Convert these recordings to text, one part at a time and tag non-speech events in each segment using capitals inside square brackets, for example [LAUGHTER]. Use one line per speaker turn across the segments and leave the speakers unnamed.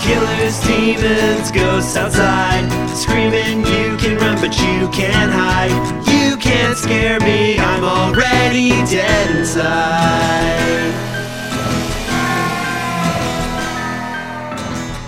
Tyler's demons, ghosts outside, screaming, You can run, but you can't hide. You can't scare me, I'm already dead inside.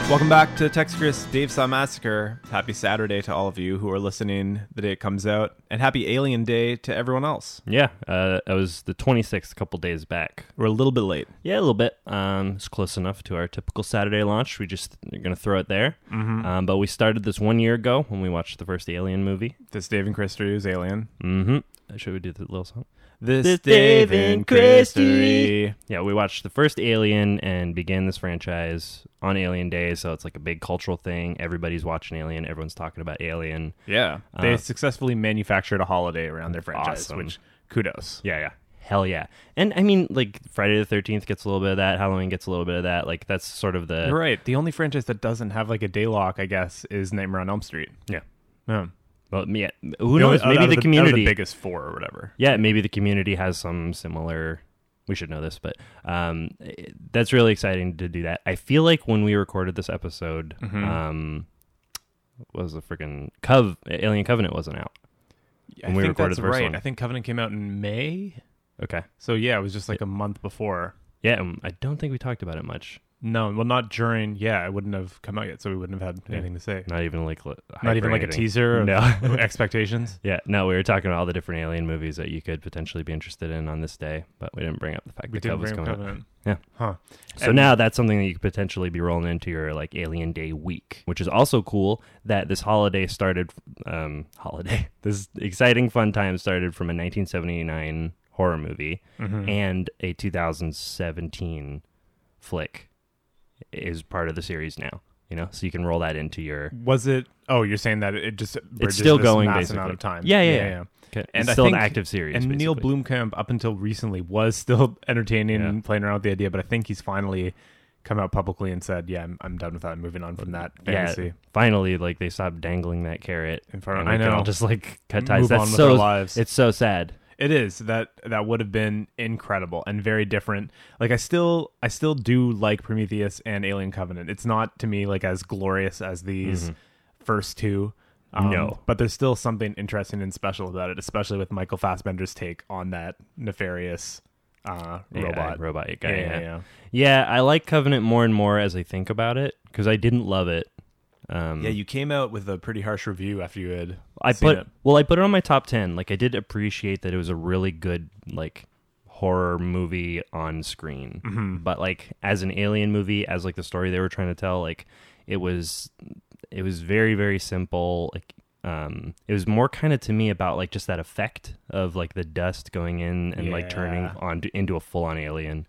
Welcome back to Tex Chris Dave Saw Massacre. Happy Saturday to all of you who are listening the day it comes out, and happy Alien Day to everyone else.
Yeah, uh, I was the 26th, a couple days back.
We're a little bit late.
Yeah, a little bit. Um, it's close enough to our typical Saturday launch. We just are gonna throw it there.
Mm-hmm.
Um, but we started this one year ago when we watched the first Alien movie.
This Dave and Chris Drew's Alien.
Mm-hmm. Should we do the little song?
This,
This Dave and Christy. Yeah, we watched the first Alien and began this franchise on Alien Day, so it's like a big cultural thing. Everybody's watching Alien. Everyone's talking about Alien.
Yeah. They
Uh,
successfully manufactured a holiday around their franchise,
Awesome.
which kudos.
Yeah, yeah. Hell yeah. And I mean, like, Friday the 13th gets a little bit of that. Halloween gets a little bit of that. Like, that's sort of the.
You're right. The only franchise that doesn't have like a day lock, I guess, is Nightmare on Elm Street.
Yeah.
Yeah.
Well, yeah. Who knows? Maybe the,
That was
community.
the biggest four or whatever.
yeah, maybe the community has some similar. We should know this, but um, it- that's really exciting to do that. I feel like when we recorded this episode,
Mm-hmm.
um, what was the freaking Cov Alien Covenant wasn't out.
I
When we
think
recorded
that's
the first
right.
one.
I think Covenant came out in May.
Okay,
So yeah, it was just like a month before.
yeah, um, I don't think we talked about it much.
No, well, not during. Yeah, it wouldn't have come out yet, so we wouldn't have had anything to say.
Not even like li- hype
Not even
or
like a
anything.
teaser. [LAUGHS] Of
No.
expectations.
Yeah, no, we were talking about all the different Alien movies that you could potentially be interested in on this day, but we didn't bring up the fact
We
that
didn't
Covenant's
bring
coming out.
Covenant.
Yeah.
Huh.
So
And-
now that's something that you could potentially be rolling into your like Alien Day week, which is also cool that this holiday started um [LAUGHS] holiday. This exciting fun time started from a 1979 horror movie and a 2017 flick is part of the series now, you know? So you can roll that into your
Was it? Oh, you're saying that it just bridges
Mm-hmm. still
this
going,
mass
basically.
amount of time.
Yeah, yeah, yeah. Okay,
And
it's
I
still
think-
an active series.
And Neil
basically.
Bloomkamp, up until recently, was still [LAUGHS] entertaining
Yeah.
and playing around with the idea, but I think he's finally come out publicly and said, "Yeah, I'm, I'm done with that. I'm moving on from that fantasy."
Yeah, finally, like they stopped dangling that carrot
In front of-
and we
I
can all
know.
just like cut ties.
Move
That's
on with
so
our lives.
it's so sad.
It is that that would have been incredible and very different. Like I still I still do like Prometheus and Alien Covenant. It's not to me like as glorious as these first two. Um,
Mm-hmm. No.
but there's still something interesting and special about it, especially with Michael Fassbender's take on that nefarious uh,
AI
robot.
robot guy.
Yeah,
Yeah
yeah,
yeah,
yeah.
I like Covenant more and more as I think about it because I didn't love it. Um,
you came out with a pretty harsh review after you had.
I put well, I put it on my top ten. Like I did appreciate that it was a really good like horror movie on screen,
Mm-hmm.
but like as an alien movie, as like the story they were trying to tell, like it was it was very very simple. Like um, it was more kind of to me about like just that effect of like the dust going in and like turning
Yeah.
on into a full on alien.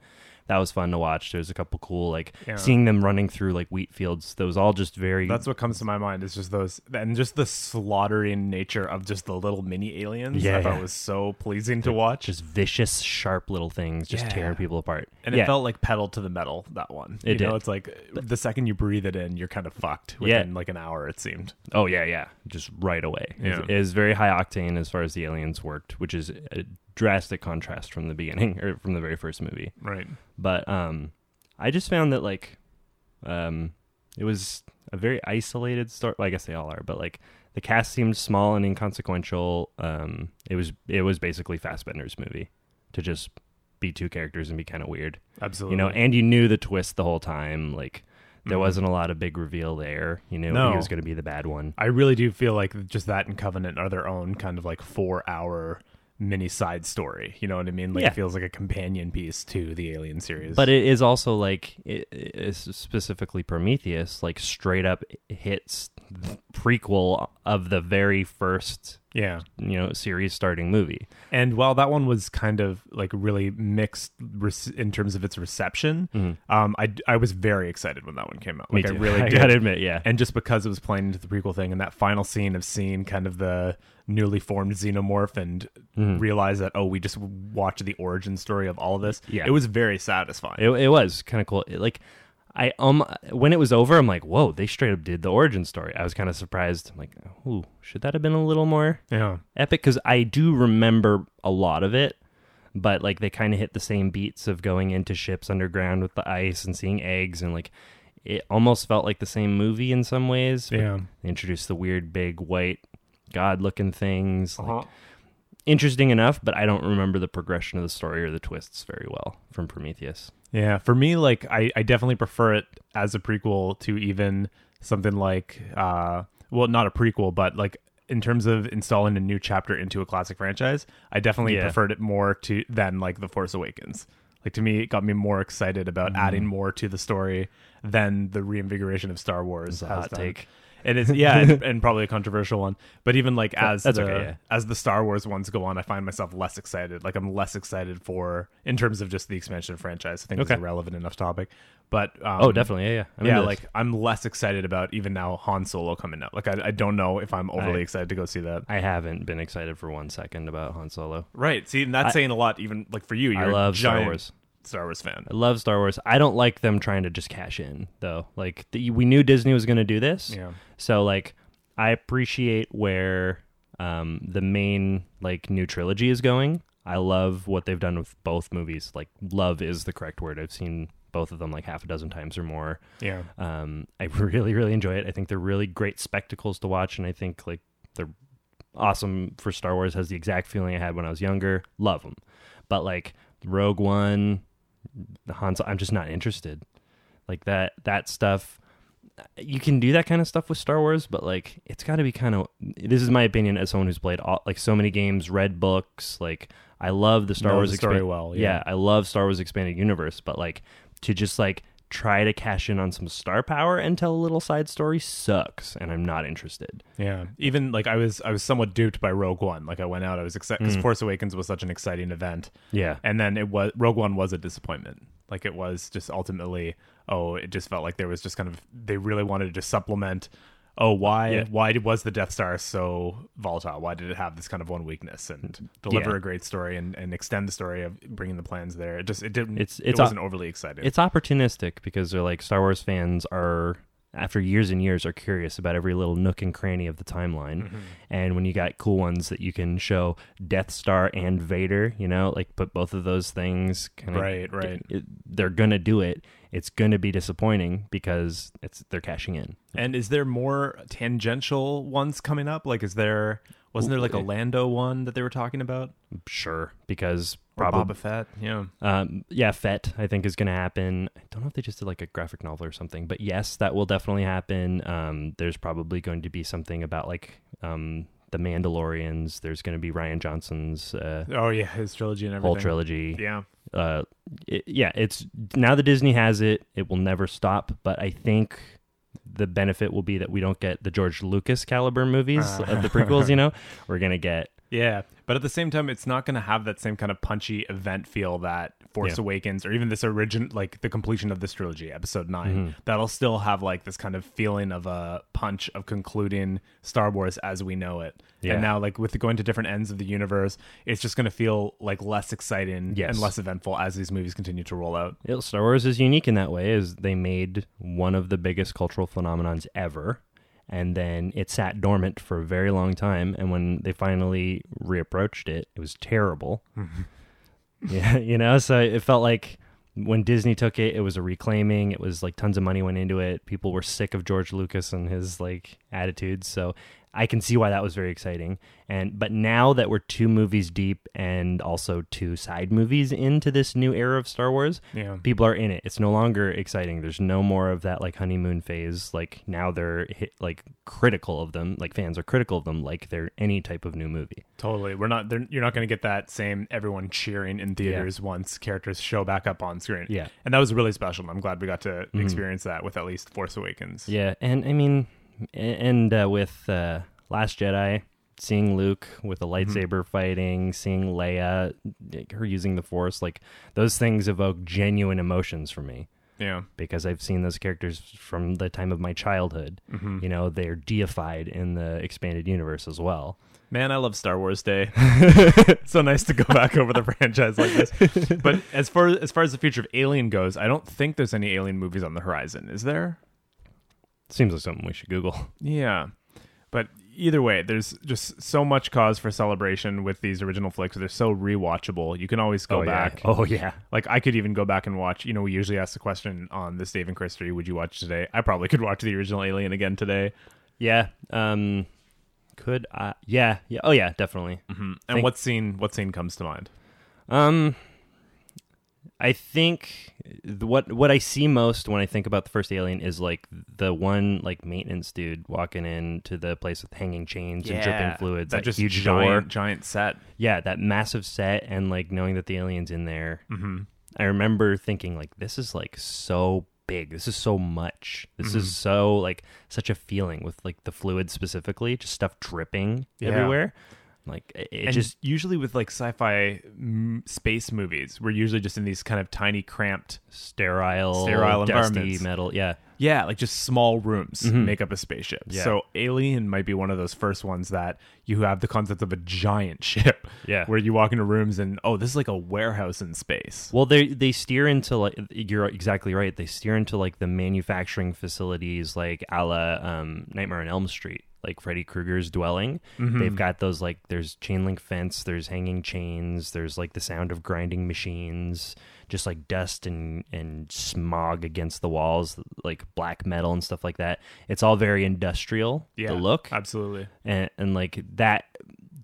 That was fun to watch. There was a couple cool like
Yeah.
seeing them running through like wheat fields. That was all just very
That's what comes to my mind is just those and just the slaughtering nature of just the little mini aliens. I
Yeah,
thought
yeah.
was so pleasing to watch.
just vicious, sharp little things just
Yeah.
tearing people apart.
and
yeah.
it felt like pedal to the metal that one. you
It
know,
did.
it's like the second you breathe it in, you're kind of fucked
Yeah.
within like an hour. It seemed.
oh yeah, yeah, just right away.
Yeah.
It is very high octane as far as the aliens worked, which is a drastic contrast from the beginning [LAUGHS] or from the very first movie.
Right.
But um, I just found that like, um, it was a very isolated story. Well, I guess they all are, but like the cast seemed small and inconsequential. Um, it was it was basically Fassbender's movie to just be two characters and be kind of weird.
Absolutely.
you know and you knew the twist the whole time like there wasn't a lot of big reveal there you knew
No.
he was going to be the bad one
I really do feel like just that and Covenant are their own kind of like four hour mini side story. You know what I mean? Like
Yeah.
it feels like a companion piece to the Alien series.
but it is also like it, it's specifically prometheus like straight up hits the prequel of the very first
yeah.
you know series starting movie
And while that one was kind of like really mixed re- in terms of its reception, um, I I was very excited when that one came out. Like I
Mm-hmm. too.
really
[LAUGHS] I
did.
gotta admit, yeah.
And just because it was playing into the prequel thing, and that final scene of seeing kind of the newly formed xenomorph and
Mm-hmm.
realize that oh, we just watched the origin story of all of this.
Yeah.
it was very satisfying.
it, it was kind of cool It, like i um when it was over i'm like whoa they straight up did the origin story i was kind of surprised i'm like ooh should that have been a little more
yeah,
epic because I do remember a lot of it, but like they kind of hit the same beats of going into ships underground with the ice and seeing eggs and like it almost felt like the same movie in some ways. but
Yeah.
They introduced the weird big white god looking things. like, interesting enough, but I don't remember the progression of the story or the twists very well from Prometheus.
Yeah, for me, like I, I definitely prefer it as a prequel to even something like, uh, well, not a prequel, but like in terms of installing a new chapter into a classic franchise, I definitely
Yeah.
preferred it more to than like The Force Awakens. Like to me, it got me more excited about
Mm-hmm.
adding more to the story than the reinvigoration of Star Wars.
a
has
hot
done.
take.
It is, yeah,
[LAUGHS]
and, and probably a controversial one. But even like as
that's
the,
okay, yeah.
as the Star Wars ones go on, I find myself less excited. Like I'm less excited for in terms of just the expansion of franchise. I think it's a
Okay.
relevant enough topic. But um,
Oh, definitely. Yeah, yeah. I'm
yeah,
into this.
like I'm less excited about even now Han Solo coming out. Like I, I don't know if I'm overly
I-
excited to go see that.
I haven't been excited for one second about Han Solo.
Right. See, and that's
I-
saying a lot. Even like for you, you're
I
a
love Star
giant
Wars.
Star Wars fan.
I love Star Wars. I don't like them trying to just cash in though. Like the, we knew Disney was going to do this.
Yeah.
So like I appreciate where um the main like new trilogy is going. I love what they've done with both movies. Like love is the correct word. I've seen both of them like half a dozen times or more.
Yeah.
Um, I [LAUGHS] really, really enjoy it. I think they're really great spectacles to watch, and I think like they're awesome for Star Wars. Has the exact feeling I had when I was younger. Love them, but like Rogue One, the Hanzo, I'm just not interested. Like that that stuff. You can do that kind of stuff with Star Wars, but like it's got to be kind of. This is my opinion as someone who's played all, like so many games, read books. Like I love the Star
Know
Wars
the story
expan-
well, yeah.
yeah, I love Star Wars expanded universe, but like to just like try to cash in on some star power and tell a little side story sucks, and I'm not interested.
Yeah, even like I was, I was somewhat duped by Rogue One. Like I went out, I was excited
Mm.
because Force Awakens was such an exciting event.
Yeah.
and then it was Rogue One was a disappointment. Like it was just ultimately, oh, it just felt like there was just kind of they really wanted to just supplement. Oh, why
Yeah.
why was the Death Star so volatile? Why did it have this kind of one weakness and deliver
Yeah.
a great story and, and extend the story of bringing the plans there? It just it didn't.
It's-
it
it's a-
wasn't overly exciting.
It's opportunistic because they're like Star Wars fans are after years and years are curious about every little nook and cranny of the timeline.
Mm-hmm.
And when you got cool ones that you can show Death Star and Vader, you know, like put both of those things kind of
Right, right.
it- they're going to do it. It's going to be disappointing because it's they're cashing in.
and is there more tangential ones coming up? Like, is there wasn't there like a Lando one that they were talking about?
Sure, because
Or
probably
Boba Fett. Yeah.
Um, yeah, FET, I think, is going to happen. I don't know if they just did like a graphic novel or something, but yes, that will definitely happen. Um, there's probably going to be something about like um, the Mandalorians. There's going to be Ryan Johnson's uh,
Oh yeah, his trilogy and everything.
whole trilogy.
Yeah.
Uh, it- yeah, it's now that Disney has it, it will never stop. But I think the benefit will be that we don't get the George Lucas caliber movies of the prequels, you know? We're going to get.
Yeah, but at the same time, it's not going to have that same kind of punchy event feel that Force
Yeah.
Awakens or even this origin, like the completion of this trilogy, Episode 9
Mm-hmm.
that'll still have like this kind of feeling of a punch of concluding Star Wars as we know it.
Yeah.
And now, like with going to different ends of the universe, it's just going to feel like less exciting
Yes.
and less eventful as these movies continue to roll out.
Yeah, Star Wars is unique in that way, is they made one of the biggest cultural phenomenons ever, and then it sat dormant for a very long time. And when they finally reapproached it, it was terrible. yeah, you know, so it felt like when Disney took it, it was a reclaiming. It was like tons of money went into it. People were sick of George Lucas and his like attitudes. So I can see why that was very exciting. And but now that we're two movies deep and also two side movies into this new era of Star Wars,
Yeah.
people are in it. It's no longer exciting. There's no more of that like honeymoon phase. Like now they're hit, like critical of them. Like fans are critical of them. Like they're any type of new movie.
Totally, we're not. they're- You're not going to get that same everyone cheering in theaters once characters show back up on screen.
Yeah. Mm-hmm.
and that was really special. I'm glad we got to experience that with at least Force Awakens.
Yeah, and I mean, a- and uh, with uh, Last Jedi, seeing Luke with a lightsaber fighting, seeing Leia, like, her using the Force, like those things evoke genuine emotions for me
yeah.
because I've seen those characters from the time of my childhood. You know, they're deified in the expanded universe as well.
Man, I love Star Wars
[LAUGHS]
Day. it's so nice to go back over the [LAUGHS] franchise like this. But as far as far as the future of Alien goes, I don't think there's any Alien movies on the horizon. Is there?
Seems like something we should Google.
Yeah, but either way, there's just so much cause for celebration with these original flicks. They're so rewatchable. You can always go
Oh, yeah.
back.
[LAUGHS] Oh, yeah.
Like I could even go back and watch. You know, we usually ask the question on this Dave and Christie, would you watch today? I probably could watch the original Alien again today.
Yeah. Um, could I? Yeah. Yeah. Oh, yeah. Definitely.
Mm-hmm. And
Think-
what scene? What scene comes to mind?
Um, I think th- what what I see most when I think about the first Alien is like the one like maintenance dude walking in to the place with hanging chains and dripping fluids,
That,
like,
just
huge
giant,
door.
giant set.
Yeah, that massive set and like knowing that the aliens in there. Mm-hmm. I remember thinking like this is like so big. This is so much. This is
Mm-hmm.
so like such a feeling with like the fluid specifically, just stuff dripping
Yeah.
everywhere. Like it, it
and
just
just usually with like sci-fi m- space movies, we're usually just in these kind of tiny, cramped,
sterile,
Sterile
dusty
environments.
metal. Yeah.
yeah, like just small rooms
Mm-hmm.
make up a spaceship. So Alien might be one of those first ones that you have the concept of a giant [LAUGHS] ship.
Yeah.
where you walk into rooms and oh, this is like a warehouse in space.
Well, they they steer into like you're exactly right. They steer into like the manufacturing facilities, like a la um, Nightmare on Elm Street, like Freddy Krueger's dwelling. They've got those like there's chain link fence, there's hanging chains, there's like the sound of grinding machines, just like dust and and smog against the walls, like black metal and stuff like that. It's all very industrial.
Yeah,
the look
absolutely.
and, and like that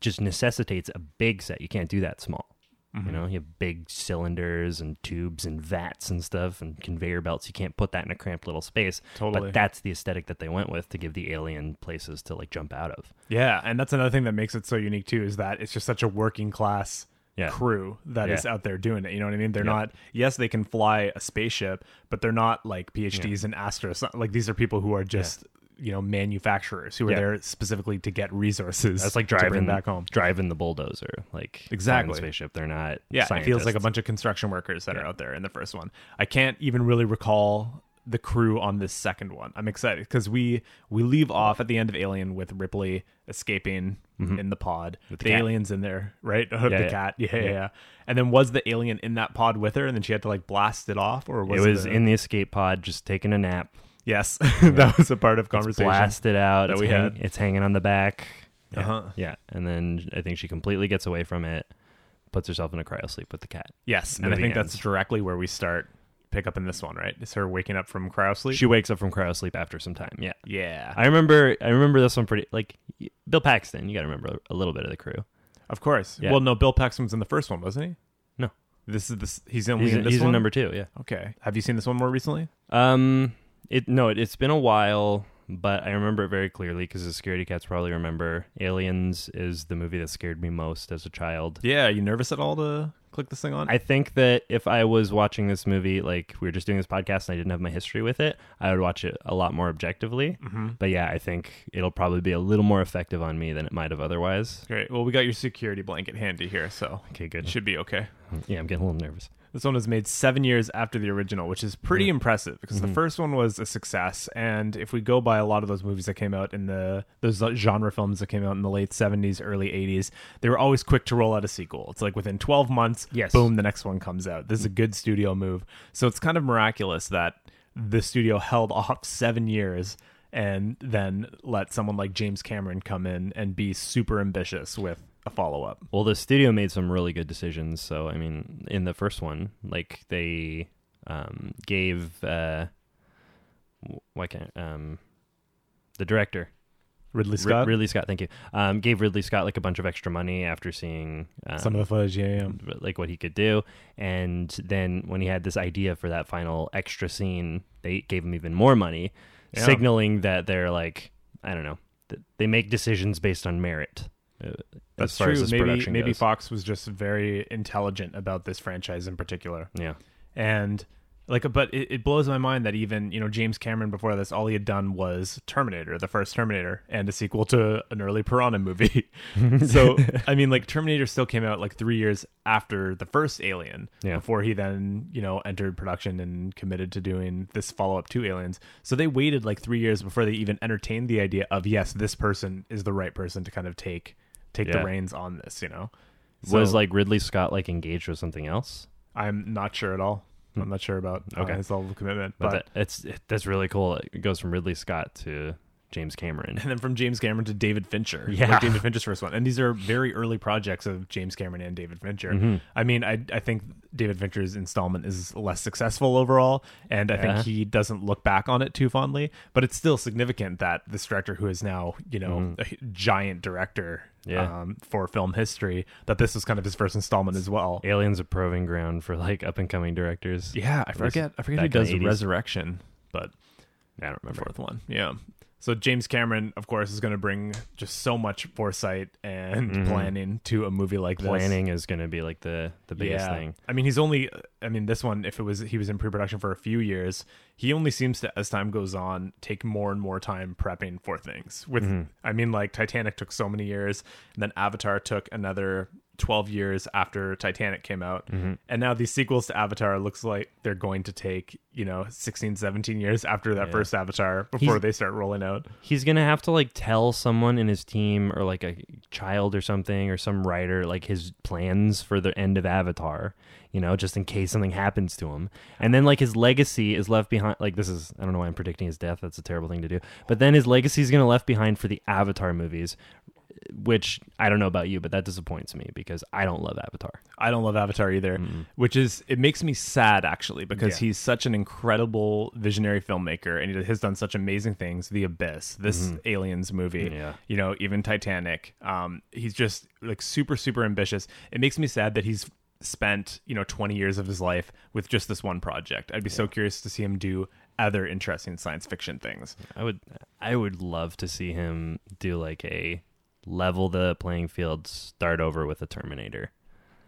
just necessitates a big set. You can't do that small.
Mm-hmm.
You know, you have big cylinders and tubes and vats and stuff and conveyor belts. You can't put that in a cramped little space.
Totally.
But that's the aesthetic that they went with to give the alien places to like jump out of.
Yeah, and that's another thing that makes it so unique too is that it's just such a working class
Yeah.
crew that is
Yeah.
out there doing it. You know what I mean? They're not yes, they can fly a spaceship, but they're not like PhDs and astros. Like these are people who are just you know manufacturers who are
Yeah.
there specifically to get resources.
That's like
to bring
driving
back home.
driving the bulldozer. Like flying the
Exactly.
spaceship. They're not.
Yeah, it feels like a
scientists.
bunch of construction workers that are out there in the first one. I can't even really recall the crew on this second one. I'm excited because we we leave off at the end of Alien with Ripley escaping in the pod with the,
Mm-hmm. cat.
aliens in there, right? [LAUGHS] the
yeah.
cat, yeah, yeah, yeah. And then was the alien in that pod with her, and then she had to like blast it off, or was
It was
a-
in the escape pod, just taking a nap.
Yes, [LAUGHS] that was a part of conversation.
Blasted out.
that
it's
we
hang-
had.
It's hanging on the back. Yeah.
Uh-huh.
Yeah. And then I think she completely gets away from it, puts herself in a cryo sleep with the cat.
Yes, and I
Movie
think
ends.
that's directly where we start pick up in this one, right? Is her waking up from cryo sleep?
She wakes up from cryo sleep after some time. Yeah.
yeah,
I remember. I remember this one pretty. Like Bill Paxton. You got to remember a little bit of the crew.
Of course.
Yeah.
Well, no, Bill Paxton was in the first one, wasn't he?
No.
This is this. He's only
He's,
in
in,
this
he's in
one.
number two. Yeah.
okay. Have you seen this one more recently?
Um. It no. It, it's been a while, but I remember it very clearly because the security cats probably remember. Aliens is the movie that scared me most as a child.
Yeah. Are you nervous at all to click this thing on?
I think that if I was watching this movie, like we were just doing this podcast and I didn't have my history with it, I would watch it a lot more objectively. But yeah, I think it'll probably be a little more effective on me than it might have otherwise.
Great. Well, we got your security blanket handy here, so
Okay,
it
good.
should be okay.
Yeah, I'm getting a little nervous.
This one was made seven years after the original, which is pretty impressive because the first one was a success. And if we go by a lot of those movies that came out in the those genre films that came out in the late seventies, early eighties, they were always quick to roll out a sequel. It's like within twelve months,
Yes.
boom, the next one comes out. This is a good studio move. So it's kind of miraculous that the studio held off seven years and then let someone like James Cameron come in and be super ambitious with a follow up.
Well, the studio made some really good decisions. So, I mean, in the first one, like they um, gave uh, wh- why can't um, the director
Ridley
Rid-
Scott,
Ridley Scott, thank you, um, gave Ridley Scott like a bunch of extra money after seeing um,
some of the footage, yeah, yeah.
but, like what he could do. And then when he had this idea for that final extra scene, they gave him even more money,
Yeah.
signaling that they're like, I don't know, that they make decisions based on merit. uh, as far as this
maybe
production
maybe
goes.
Fox was just very intelligent about this franchise in particular,
yeah,
and like, but it, it blows my mind that even you know James Cameron before this, all he had done was Terminator, the first Terminator, and a sequel to an early Piranha movie. [LAUGHS] so I mean, like Terminator still came out like three years after the first Alien,
Yeah.
before he then you know entered production and committed to doing this follow up to Aliens. So they waited like three years before they even entertained the idea of yes, this person is the right person to kind of take take
Yeah.
the reins on this. You know,
was
So
like Ridley Scott like engaged with something else.
I'm not sure at all. I'm not sure about uh,
Okay.
his level of commitment,
But,
but
that, it's that's really cool. It goes from Ridley Scott to
[LAUGHS]
James Cameron.
and then from James Cameron to David Fincher.
Yeah.
Like David Fincher's first one. And these are very early projects of James Cameron and David Fincher. I mean, I I think David Fincher's installment is less successful overall, and I
Yeah.
think he doesn't look back on it too fondly, but it's still significant that this director who is now, you know, a giant director
Yeah.
um, for film history, that this was kind of his first installment as well.
Alien's a proving ground for like up and coming directors.
Yeah, I forget. I forget who
back in the
does
80s.
Resurrection, but
I don't remember.
fourth one. Yeah. So James Cameron, of course, is going to bring just so much foresight and planning to a movie like this.
Planning is going to be like the the biggest
yeah.
thing.
I mean, he's only. I mean, this one, if it was, he was in pre-production for a few years. He only seems to, as time goes on, take more and more time prepping for things. With,
Mm-hmm.
I mean, like Titanic took so many years, and then Avatar took another twelve years after Titanic came out,
Mm-hmm.
and now these sequels to Avatar looks like they're going to take you know 16, 17 years after that first Avatar before
He's-
they start rolling out.
He's going to have to like tell someone in his team or like a child or something or some writer like his plans for the end of Avatar, you know, just in case something happens to him. And then like his legacy is left behind like this is I don't know why I'm predicting his death. That's a terrible thing to do. But then his legacy is going to left behind for the Avatar movies, which I don't know about you, but that disappoints me because I don't love Avatar.
I don't love Avatar either, which is it makes me sad actually because
Yeah.
he's such an incredible visionary filmmaker and he has done such amazing things. The Abyss, this Aliens movie,
Mm-hmm. Yeah.
you know, even Titanic. Um, he's just like super super ambitious. It makes me sad that he's spent you know 20 years of his life with just this one project. I'd be so curious to see him do other interesting science fiction things.
I would I would love to see him do like a level the playing field, start over with a Terminator.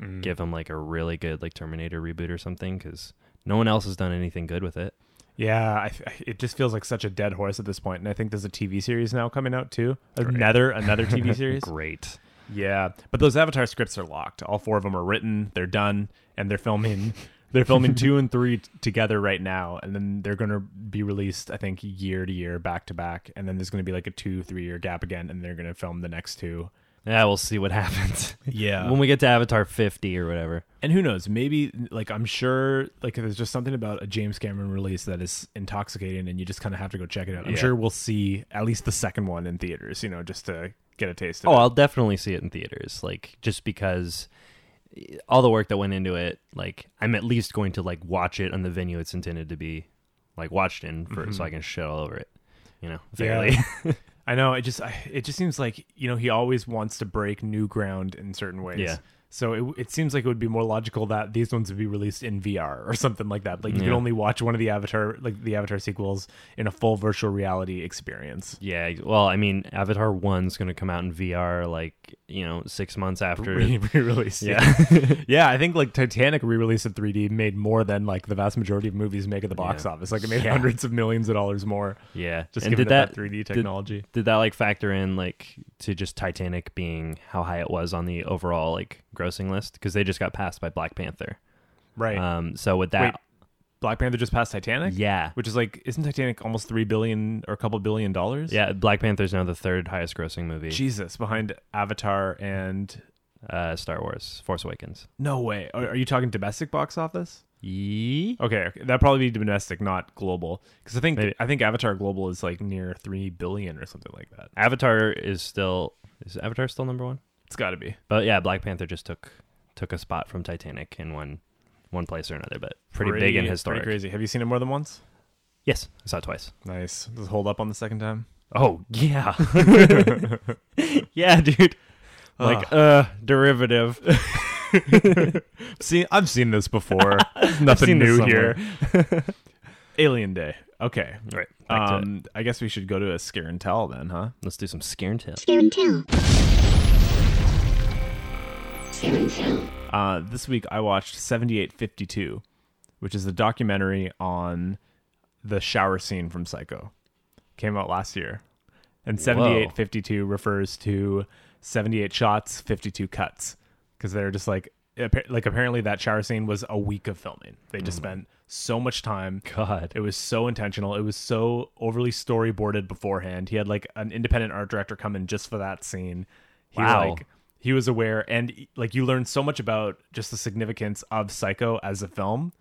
Mm.
Give him like a really good like Terminator reboot or something cuz no one else has done anything good with it.
Yeah, I, I- it just feels like such a dead horse at this point. And I think there's a TV series now coming out too. Another another
[LAUGHS]
TV series.
Great.
Yeah, but those Avatar scripts are locked. All four of them are written. They're done, and they're filming. [LAUGHS] They're filming two and three t- together right now, and then they're going to be released. I think year to year, back to back, and then there's going to be like a two three year gap again, and they're going to film the next two.
Yeah, we'll see what [LAUGHS] happens.
[LAUGHS] Yeah,
when we get to Avatar 50 or whatever.
and who knows? Maybe like I'm sure like there's just something about a James Cameron release that is intoxicating, and you just kind of have to go check it out. I'm
Yeah.
sure we'll see at least the second one in theaters, you know, just to get a taste. of
Oh,
it.
I'll definitely see it in theaters. Like just because all the work that went into it, like I'm at least going to like watch it on the venue it's intended to be like watched in for
Mm-hmm.
so I can shit all over it. You know, fairly. [LAUGHS]
I know. It just I, it just seems like you know he always wants to break new ground in certain ways.
Yeah.
So it, it seems like it would be more logical that these ones would be released in VR or something like that. Like you could
Yeah.
only watch one of the Avatar, like the Avatar sequels, in a full virtual reality experience.
Yeah, well, I mean, Avatar One's gonna come out in VR, like you know, six
[LAUGHS]
months after.
Re-release.
yeah,
[LAUGHS] yeah. I think like Titanic re-release in 3D made more than like the vast majority of movies make at the box
Yeah.
office. Like it made
Yeah.
hundreds of millions of dollars more.
yeah.
Just
And
given
did
it that,
that
3D
did-
technology.
Did, that like factor in like to just Titanic being how high it was on the overall like grossing list because they just got passed by Black Panther.
right.
Um, so with that,
Black Panther just passed Titanic.
yeah,
Which is like, isn't Titanic almost three billion or a couple billion dollars?
yeah, Black Panther's now the third highest grossing movie.
Jesus, behind Avatar and
Uh, Star Wars: Force Awakens.
no way. Are, are you talking domestic box office?
Yee?
Okay, okay. that'd probably be domestic, not global, because I think
Maybe.
I think Avatar global is like near three billion or something like that.
Avatar is still is Avatar still number one?
It's got to be
But yeah, Black Panther just took took a spot from Titanic in one one place or another, but pretty, big and historic.
Pretty crazy. Have you seen it more than once?
Yes, I saw it twice.
Nice. Does it hold up on the second time?
Oh yeah,
[LAUGHS]
yeah, dude. Like uh, derivative.
See, I've seen this [LAUGHS] before. Nothing
seen this
new
somewhere.
here. [LAUGHS] Alien Day. Okay.
Right. back to it.
Um, I guess we should go to a scare and tell then, huh?
Let's do some scare and tell.
Scare and tell. Scare and tell.
Uh, this week I watched 7852, which is the documentary on the shower scene from Psycho. Came out last year. And 7852 refers to 78 shots, 52 cuts because they're just like appa- like apparently that shower scene was a week of filming. They just spent so much time
God.
it was so intentional. It was so overly storyboarded beforehand. He had like an independent art director come in just for that scene. He
Wow.
like he was aware and like you learn so much about just the significance of Psycho as a film.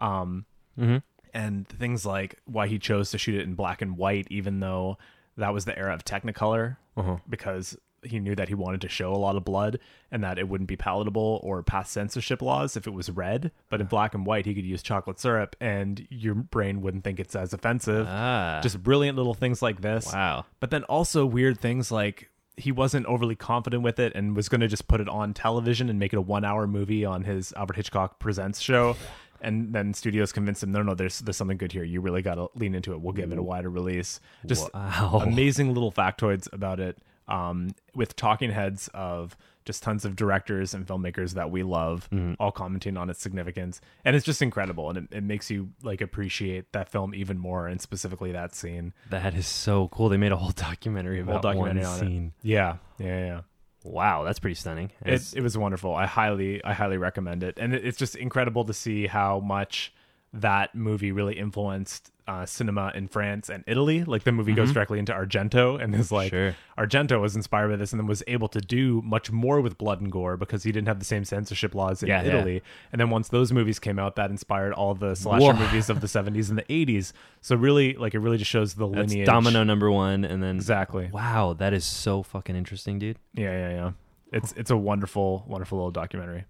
Mm-hmm.
Um and things like why he chose to shoot it in black and white even though that was the era of Technicolor
Uh-huh.
because he knew that he wanted to show a lot of blood and that it wouldn't be palatable or pass censorship laws if it was red. But in black and white, he could use chocolate syrup and your brain wouldn't think it's as offensive.
Ah.
Just brilliant little things like this.
Wow.
But then also weird things like he wasn't overly confident with it and was going to just put it on television and make it a one hour movie on his Albert Hitchcock Presents show. And then studios convinced him, no, no, there's there's something good here. You really got to lean into it. We'll give it a wider release. Just
Wow.
amazing little factoids about it um, with talking heads of just tons of directors and filmmakers that we love
Mm-hmm.
all commenting on its significance and it's just incredible and it, it makes you like appreciate that film even more and specifically that scene
That is so cool. They made a whole documentary
whole
about
documentary
one
on
scene.
it yeah yeah yeah
Wow, that's pretty stunning.
it, it was wonderful i highly i highly recommend it and it, it's just incredible to see how much that movie really influenced uh, cinema in france and italy like the movie goes directly into argento and is like
Mm-hmm. Sure.
argento was inspired by this and then was able to do much more with blood and gore because he didn't have the same censorship laws in
Yeah, yeah.
italy and then once those movies came out that inspired all the slasher
Whoa.
movies of the 70s and the 80s so really like it really just shows the
that's
lineage
domino number one, and then
exactly
wow, that is so fucking interesting, dude.
yeah yeah yeah it's it's a wonderful wonderful little documentary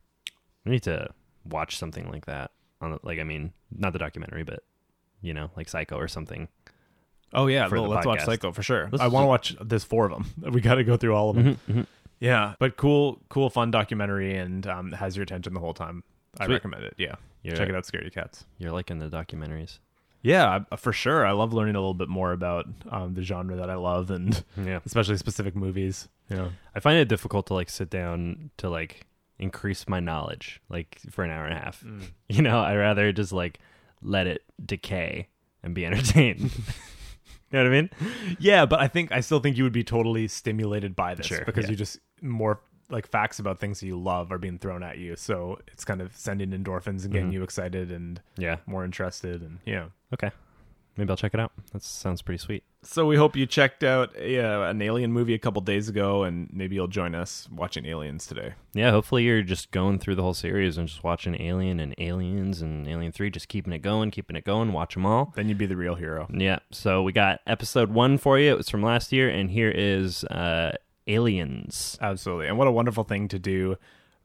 We need to watch something like that. On the, like, I mean, not the documentary, but you know, like Psycho or something.
Oh yeah,
for
well,
the
let's watch
podcast.
Psycho for sure.
Let's Mm-hmm,
I want to watch. There's four of them. [LAUGHS] We got to go through all of them. Yeah, but cool, cool, fun documentary, and um, has your attention the whole time. I
Sweet.
recommend it. Yeah,
Yeah.
check it out, Scary Cats.
You're liking the documentaries.
Yeah, I- uh, for sure. I love learning a little bit more about um, the genre that I love, and [LAUGHS]
Yeah,
especially specific movies. Yeah,
I find it difficult to like sit down to like increase my knowledge like for an hour and a half. [LAUGHS] You know, I rather just like let it decay and be [LAUGHS] entertained. you know what I mean?
yeah, but I think I still think you would be totally stimulated by this
Sure,
because
yeah.
you just more like facts about things that you love are being thrown at you, so it's kind of sending endorphins and
Mm-hmm.
getting you excited and
Yeah.
more interested, and yeah.
Okay. Maybe I'll check it out. That sounds pretty sweet.
So we hope you checked out uh, an alien movie a couple days ago, and maybe you'll join us watching Aliens today.
Yeah, hopefully you're just going through the whole series and just watching Alien and Aliens and Alien 3, just keeping it going, keeping it going, watch them all.
Then you'd be the real hero.
Yeah, so we got episode one for you. It was from last year, and here is uh, Aliens.
Absolutely, and what a wonderful thing to do.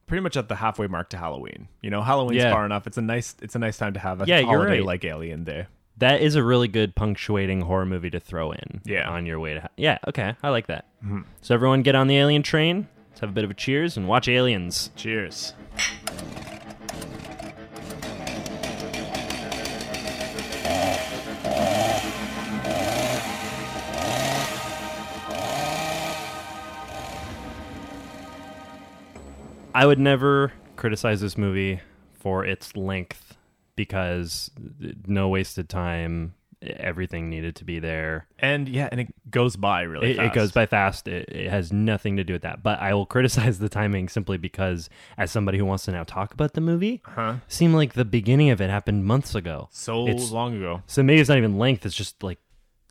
Pretty much at the halfway mark to Halloween. You know, Halloween's
Yeah.
far enough. It's a nice, it's a nice time to have a
Yeah, you're
holiday
right.
like Alien Day.
That is a really good punctuating horror movie to throw in
Yeah. Mm-hmm.
on your way to. yeah, okay, I like that. So everyone get on the Alien train, let's have a bit of a cheers, and watch Aliens.
Cheers.
I would never criticize this movie for its length because no wasted time. Everything needed to be there.
And yeah, and it goes by really.
It, it goes by fast. It, it has nothing to do with that. But I will criticize the timing simply because, as somebody who wants to now talk about the movie,
huh?
seemed like the beginning of it happened months ago.
So
It's-
long ago.
So maybe it's not even length. It's just like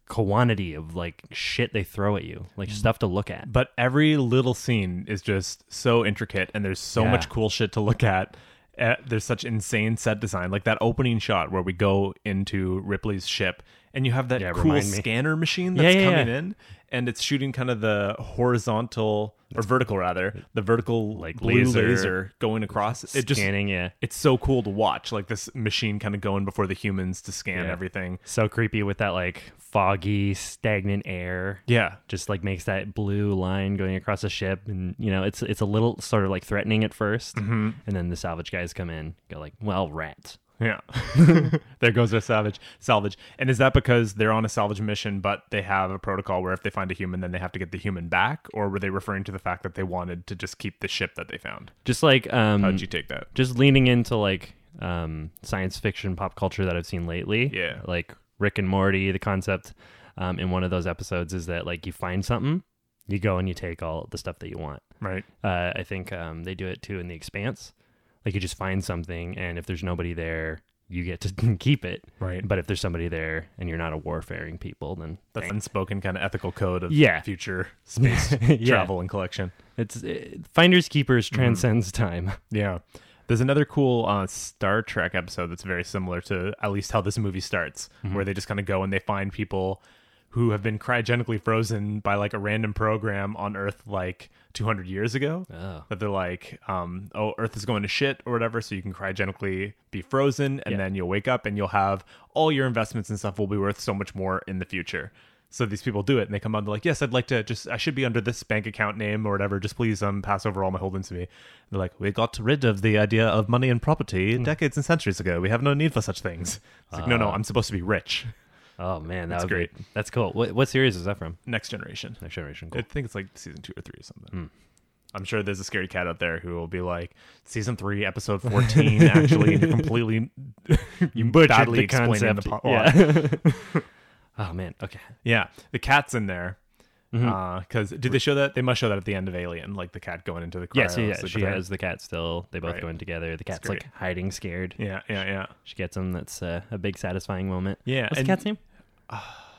quantity of like shit they throw at you,
Mm.
like stuff to look at.
but every little scene is just so intricate and there's so
Yeah.
much cool shit to look at Uh, there's such insane set design like that opening shot where we go into ripley's ship and you have that
Yeah,
cool
remind me.
scanner machine that's
Yeah, yeah,
coming
yeah.
in and it's shooting kind of the horizontal or vertical rather the vertical like laser,
laser-
laser going across it just
Scanning, yeah.
it's so cool to watch like this machine kind of going before the humans to scan
Yeah.
everything
So creepy with that like foggy, stagnant air.
yeah
just like makes that blue line going across the ship and you know it's it's a little sort of like threatening at 1st
Mm-hmm.
and then the salvage guys come in go like well rat [LAUGHS]
Yeah. [LAUGHS] there goes their salvage salvage. And is that because they're on a salvage mission but they have a protocol where if they find a human then they have to get the human back or were they referring to the fact that they wanted to just keep the ship that they found?
just like um
How'd you take that?
just leaning into like um science fiction pop culture that i've seen lately
Yeah.
like rick and morty the concept um in one of those episodes is that like you find something you go and you take all the stuff that you want
Right.
uh, I think um, they do it too in the Expanse. Like you just find something, and if there's nobody there, you get to [LAUGHS] keep it.
Right.
But if there's somebody there, and you're not a warfaring people, then [LAUGHS]
That's unspoken kind of ethical code of
Yeah.
future space
[LAUGHS] Yeah.
travel and collection.
it's it, finders keepers
Mm-hmm.
transcends time. [LAUGHS]
Yeah. There's another cool uh, Star Trek
Mm-hmm.
episode that's very similar to at least how this movie starts, where they just kind of go and they find people who have been cryogenically frozen by like a random program on Earth like 200 years ago.
Oh.
That they're like, um, oh, Earth is going to shit or whatever, so you can cryogenically be frozen, and
Yeah.
then you'll wake up and you'll have all your investments and stuff will be worth so much more in the future. So these people do it, and they come out and they're like, "Yes, I'd like to just I should be under this bank account name or whatever. Just please um pass over all my holdings to me." And they're like, "We got rid of the idea of money and property
Hmm.
decades and centuries ago. We have no need for such things." It's like, "No,
Ah.
no, I'm supposed to be rich."
Oh man, that
That's
would be-
great.
that's cool. What, what series is that from?
Next generation.
Next Generation.
I
Cool. Hmm.
think it's like season two or three or something. I'm sure there's a scary cat out there who will be like, season three, episode 14, actually, and you're
[LAUGHS]
completely you badly explaining the plot. Yeah.
Yeah. [LAUGHS] oh man. Okay.
the cat's in there.
Mm-hmm.
Because did they show that? They must show that at the end of Alien, like the cat going into the cryo.
Yeah. So yeah,
sleep
she
with her-
has the cat still. They both
Right.
go in together. The cat's
great.
like hiding, scared.
Yeah, yeah, yeah.
She gets him. That's uh, a big, satisfying moment.
Yeah,
What's
and-
the cat's name? Ah.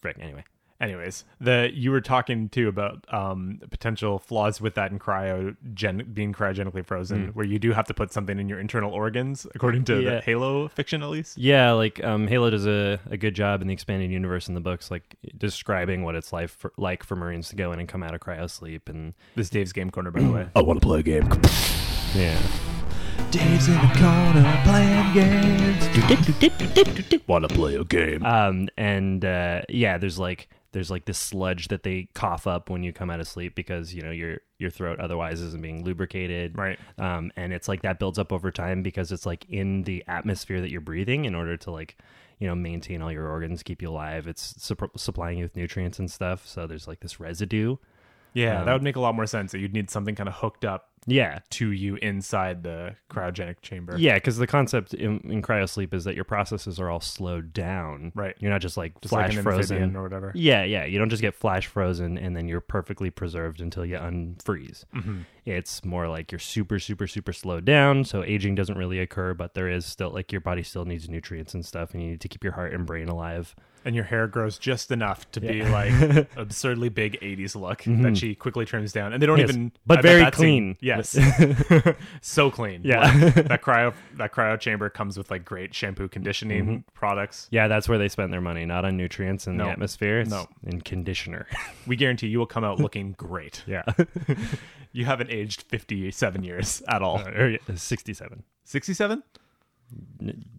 Frick. Anyway.
Anyways, the you were talking too about um, potential flaws with that and cryogen being cryogenically frozen, where you do have to put something in your internal organs, according to the
Hmm. Yeah.
Halo fiction at least.
Yeah, like um, Halo does a, a good job in the expanded universe in the books, like describing what it's life for, like for Marines to go in and come out of cryo sleep and
This is Dave's game corner, by the way.
Oh,
I want to play a game.
yeah.
Dave's in the corner playing games. want to play a game.
Um, and uh, yeah, there's like there's like this sludge that they cough up when you come out of sleep because you know your your throat otherwise isn't being lubricated,
Right.
Um, and it's like that builds up over time because it's like in the atmosphere that you're breathing in order to like you know maintain all your organs, keep you alive. It's supp- supplying you with nutrients and stuff. So there's like this residue.
Yeah, that
Um,
would make a lot more sense. That you'd need something kind of hooked up
Yeah,
to you inside the cryogenic chamber.
Yeah, because the concept in, in cryosleep is that your processes are all slowed down.
Right.
You're not just like
Just like
flash
an
frozen
amphibian or whatever.
Yeah, yeah. You don't just get flash frozen and then you're perfectly preserved until you unfreeze. It's more like you're super, super, super slowed down. So aging doesn't really occur, but there is still like your body still needs nutrients and stuff, and you need to keep your heart and brain alive.
And your hair grows just enough to be
[LAUGHS]
like absurdly big 80s look that she quickly trims down. And they don't
Mm-hmm. Yes,
even.
but
I bet
very
that scene-
clean.
yes.
[LAUGHS]
so clean.
Yeah. [LAUGHS]
Like, that cryo that cryo chamber comes with like great shampoo conditioning
Mm-hmm.
products.
Yeah, that's where they spend their money, not on nutrients in
No.
the atmosphere. It's
No.
in conditioner. [LAUGHS]
We guarantee you will come out looking great.
yeah.
You haven't aged 57 years at all.
Or, yeah, 67.
67?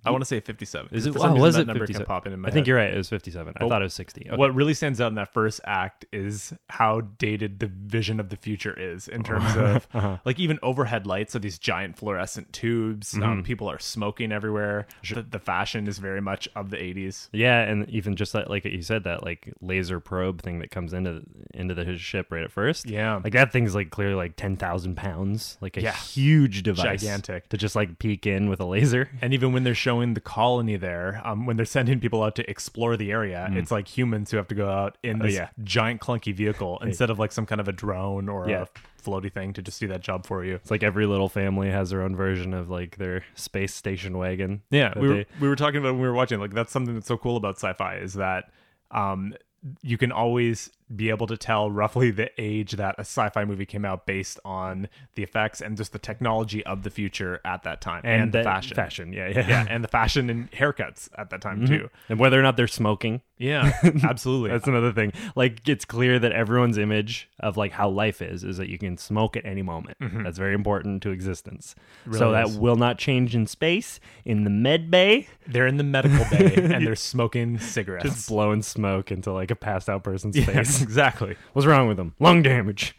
I want to say 57.
Is it?
For
Oh,
some reason,
was
that
it
number
57?
Can pop into my
I think
head.
you're right. It was 57. I thought it was 60. Okay.
What really stands out in that first act is how dated the vision of the future is in
[LAUGHS]
terms of
Uh-huh.
like even overhead lights are these giant fluorescent tubes.
Mm-hmm.
Um, people are smoking everywhere. The, the fashion is very much of the 80s.
Yeah, and even just that, like you said, that like laser probe thing that comes into into the his ship right at first.
Yeah.
like that thing's like clearly like ten thousand pounds, like a
Yeah.
huge device,
Gigantic.
to just like peek in with a laser.
And even when they're showing the colony there, um, when they're sending people out to explore the area, it's like humans who have to go out in this
yeah.
giant clunky vehicle instead of like some kind of a drone or
Yeah.
a floaty thing to just do that job for you.
It's like every little family has their own version of like their space station wagon.
Yeah,
that
we were,
they-
we were talking about when we were watching. Like that's something that's so cool about sci-fi is that um, you can always be able to tell roughly the age that a sci-fi movie came out based on the effects and just the technology of the future at that time and, the, fashion, Mm-hmm.
fashion, yeah, yeah,
yeah, and the fashion and haircuts at that time too.
[LAUGHS] and whether or not they're smoking.
[LAUGHS] Yeah, absolutely.
That's another thing. Like it's clear that everyone's image of like how life is is that you can smoke at any moment. That's very important to existence. so
is.
that will not change in space in the med bay.
they're in the medical [LAUGHS] bay and they're smoking cigarettes. [LAUGHS]
[LAUGHS] Just blowing smoke into like a passed out person's
yes,
face.
exactly.
What's wrong with them? Lung damage.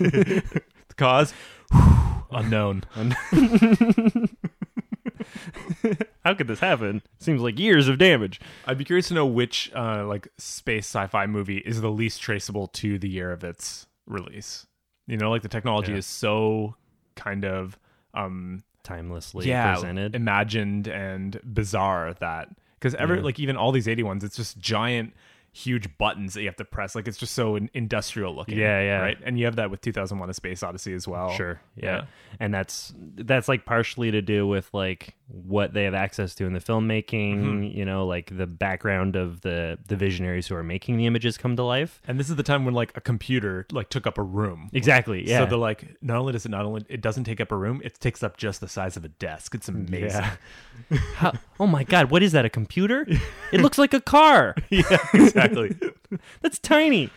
The cause [SIGHS] unknown.
How could this happen? Seems like years of damage.
I'd be curious to know which uh, like space sci-fi movie is the least traceable to the year of its release. You know, like the technology
Yeah.
is so kind of um
Timelessly
yeah,
presented.
imagined and bizarre that because ever like even all these 80 ones, it's just giant huge buttons that you have to press like it's just so in- industrial looking
Yeah, yeah.
right and you have that with 2001 a space odyssey as well
Sure. Yeah. And that's that's like partially to do with like what they have access to in the filmmaking, you know, like the background of the the visionaries who are making the images come to life.
And this is the time when like a computer like took up a room.
Exactly. Yeah.
So they're like, not only does it not only it doesn't take up a room, it takes up just the size of a desk. It's amazing.
[LAUGHS] Yeah. How, [LAUGHS] oh my god, what is that? A computer? It looks like a car. [LAUGHS] yeah, exactly. That's tiny.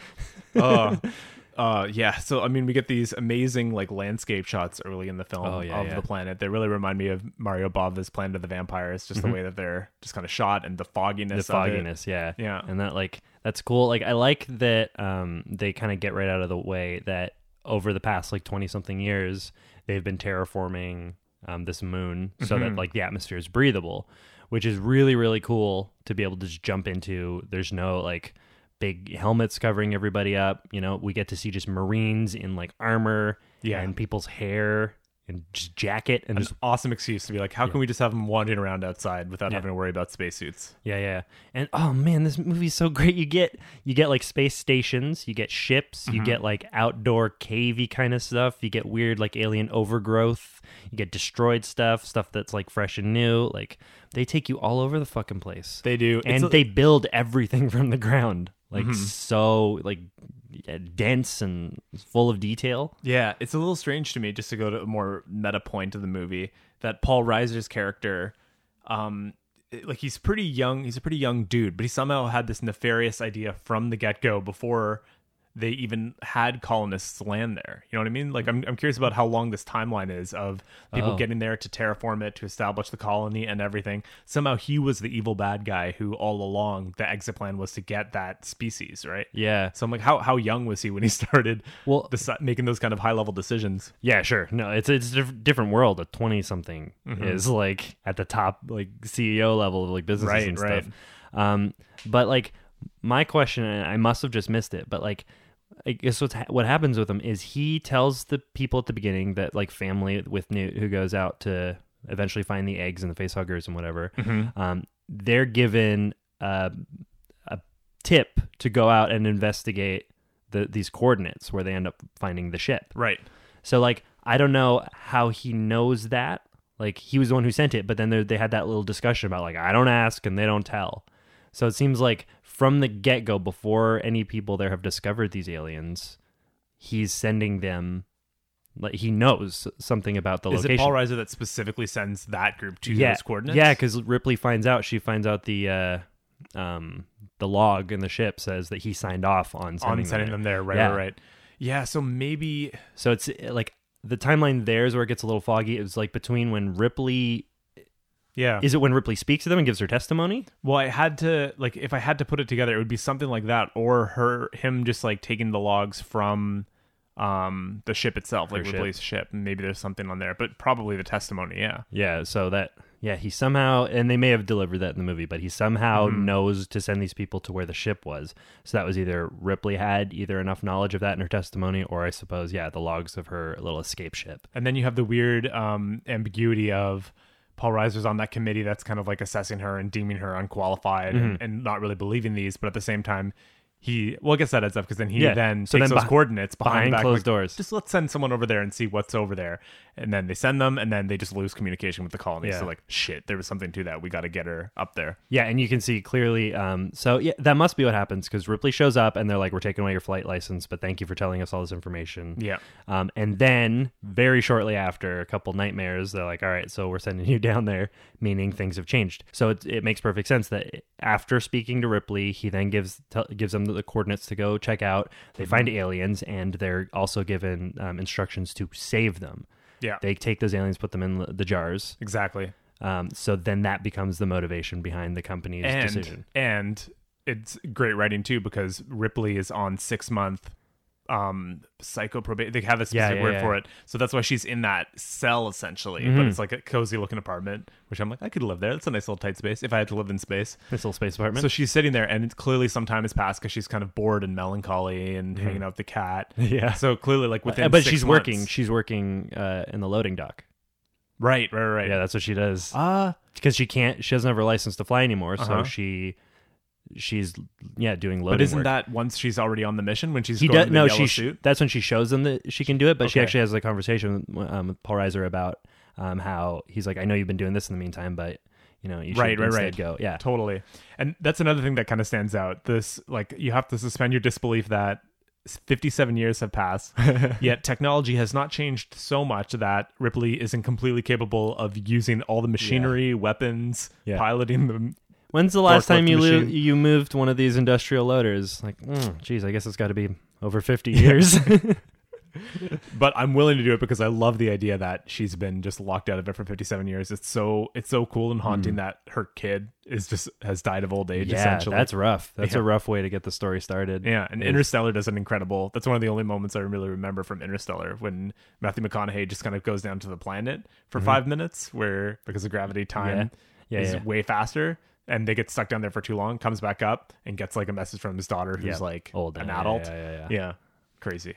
uh, uh, yeah. So I mean, we get these amazing like landscape shots early in the film
Oh, yeah,
of
yeah.
the planet. They really remind me of Mario Bava's Planet of the Vampires, just the way that they're just kind of shot and the
Mm-hmm. The
fogginess. of it.
fogginess, yeah.
Yeah.
And that like that's cool. Like I like that um they kind of get right out of the way that over the past like 20 something years, they've been terraforming um this moon so
Mm-hmm.
that like the atmosphere is breathable, which is really really cool to be able to just jump into. There's no like big helmets covering everybody up, you know. We get to see just marines in like armor
Yeah.
and people's hair and just jacket and
An awesome excuse to be like, how can we just have them wandering around outside without
Yeah.
having to worry about spacesuits?
Yeah, yeah. And oh man, this movie's so great. You get you get like space stations, you get ships,
Mm-hmm.
you get like outdoor cavey kind of stuff, you get weird like alien overgrowth, you get destroyed stuff, stuff that's like fresh and new. Like they take you all over the fucking place.
They do, It's
and
a- Mm-hmm.
they build everything [LAUGHS] from the ground. Like so like yeah, dense and full of detail.
Yeah, it's a little strange to me just to go to a more meta point of the movie that Paul Reiser's character, um, it- like he's pretty young. He's a pretty young dude, but he somehow had this nefarious idea from the get go before they even had colonists land there. You know what I mean? Like, I'm I'm curious about how long this timeline is of people
Oh.
getting there to terraform it, to establish the colony and everything. Somehow he was the evil bad guy who all along the exit plan was to get that species, right?
Yeah.
So I'm like, how how young was he when he [LAUGHS] started?
Well-
deci- making those kind of high level decisions.
Yeah, sure. No, it's it's a diff- different world. A twenty something
Mm-hmm.
is like at the top, like CEO level of like businesses
Right,
and
right.
stuff. Um, but like my question, and I must have just missed it, but like I guess what's ha- what happens with him is he tells the people at the beginning that like family with Newt who goes out to eventually find the eggs and the facehuggers and whatever.
Mm-hmm.
Um, they're given uh, a tip to go out and investigate. The, these coordinates where they end up finding the ship
Right.
so like I don't know how he knows that. Like he was the one who sent it, but then there- they had that little discussion about like I don't ask and they don't tell. So it seems like from the get go, before any people there have discovered these aliens, he's sending them. Like he knows something about the
Is
location.
it Paul Reiser that specifically sends that group to
yeah,
those coordinates?
yeah, because Ripley finds out. She finds out the uh, um, the log in the ship says that he signed off on sending
on
them
sending
there.
them there. Right.
Yeah.
Right. Right. Yeah. So maybe.
So it's uh, like the timeline there is where it gets a little foggy. It was like between when Ripley
Yeah.
is it when Ripley speaks to them and gives her testimony?
well, I had to like if I had to put it together, it would be something like that, or her him just like taking the logs from um the ship itself, like
ship.
replace ship. and Maybe there's something on there, but probably the testimony. Yeah.
Yeah, so that yeah, he somehow and they may have delivered that in the movie, but he somehow knows to send these people to where the ship was. So that was either Ripley had either enough knowledge of that in her testimony or I suppose yeah, the logs of her little escape ship.
And then you have the weird um, ambiguity of Paul Reiser's on that committee that's kind of like assessing her and deeming her unqualified
Mm-hmm.
and, and not really believing these, but at the same time, he well, I guess that adds up because then he
Yeah.
then
So
takes
then
those
behi-
coordinates behind,
behind
the back,
closed
like,
doors.
Just let's send someone over there and see what's over there, and then they send them, and then they just lose communication with the colony.
Yeah.
So like, shit, there was something to that. We got to get her up there.
Yeah, and you can see clearly. Um, so yeah, that must be what happens because Ripley shows up and they're like, "We're taking away your flight license, but thank you for telling us all this information."
Yeah.
Um, and then very shortly after, a couple nightmares, they're like, "All right, so we're sending [LAUGHS] you down there," meaning things have changed. So it, it makes perfect sense that after speaking to Ripley, he then gives tell gives them the coordinates to go check out. They find aliens, and they're also given um, instructions to save them.
Yeah,
They take those aliens, put them in the- the jars,
exactly.
um, so then that becomes the motivation behind the company's
and
decision.
and it's great writing too because Ripley is on six month um psycho probation they have a specific
yeah,
word
yeah. Mm-hmm.
for it so that's why she's in that cell essentially but it's like a cozy looking apartment which i'm like i could live there that's a nice little tight space if i had to live in space
This little space apartment.
so she's sitting there and it's clearly some time has passed because she's kind of bored and melancholy and hanging out with the cat
Mm-hmm. [LAUGHS] Yeah.
so clearly like
Uh,
within
but
six
she's
months-
working. She's working uh, in the loading dock.
right right right
Yeah, that's what she does.
uh
Because she can't. She doesn't have her license to fly anymore. So
Uh-huh.
she, she's yeah doing loading.
but isn't
work.
that once she's already on the mission when she's
he
going
does?
to the
No,
yellow
she.
suit?
That's when she shows them that she can do it. But she
Okay.
actually has a conversation with, um, with Paul Reiser about um, how he's like, I know you've been doing this in the meantime, but you know, you should
Right, right,
instead
right.
go. Yeah,
Totally. And that's another thing that kind of stands out. This, like, you have to suspend your disbelief that 57 years have
[LAUGHS]
passed, yet technology has not changed so much that Ripley isn't completely capable of using all the machinery, weapons,
Yeah.
piloting them.
When's the last
Forklift
time you lo-
machine. Hmm.
you moved one of these industrial loaders? Like, mm, geez, I guess it's got to be over
[LAUGHS]
fifty years. [LAUGHS]
But I'm willing to do it because I love the idea that she's been just locked out of it for 57 years. It's so it's so cool and haunting that her kid is just has died of old age.
Hmm. yeah,
essentially,
that's rough. That's a
Yeah.
rough way to get the story started.
Yeah, and
Is-
Interstellar does an incredible. That's one of the only moments I really remember from Interstellar when Matthew McConaughey just kind of goes down to the planet for five minutes, where because of gravity, time
Mm-hmm. Yeah,
is
yeah.
way faster, and they get stuck down there for too long. Comes back up and gets like a message from his daughter, who's
Yeah,
like
old
an
now, yeah,
adult.
yeah, yeah, yeah.
crazy.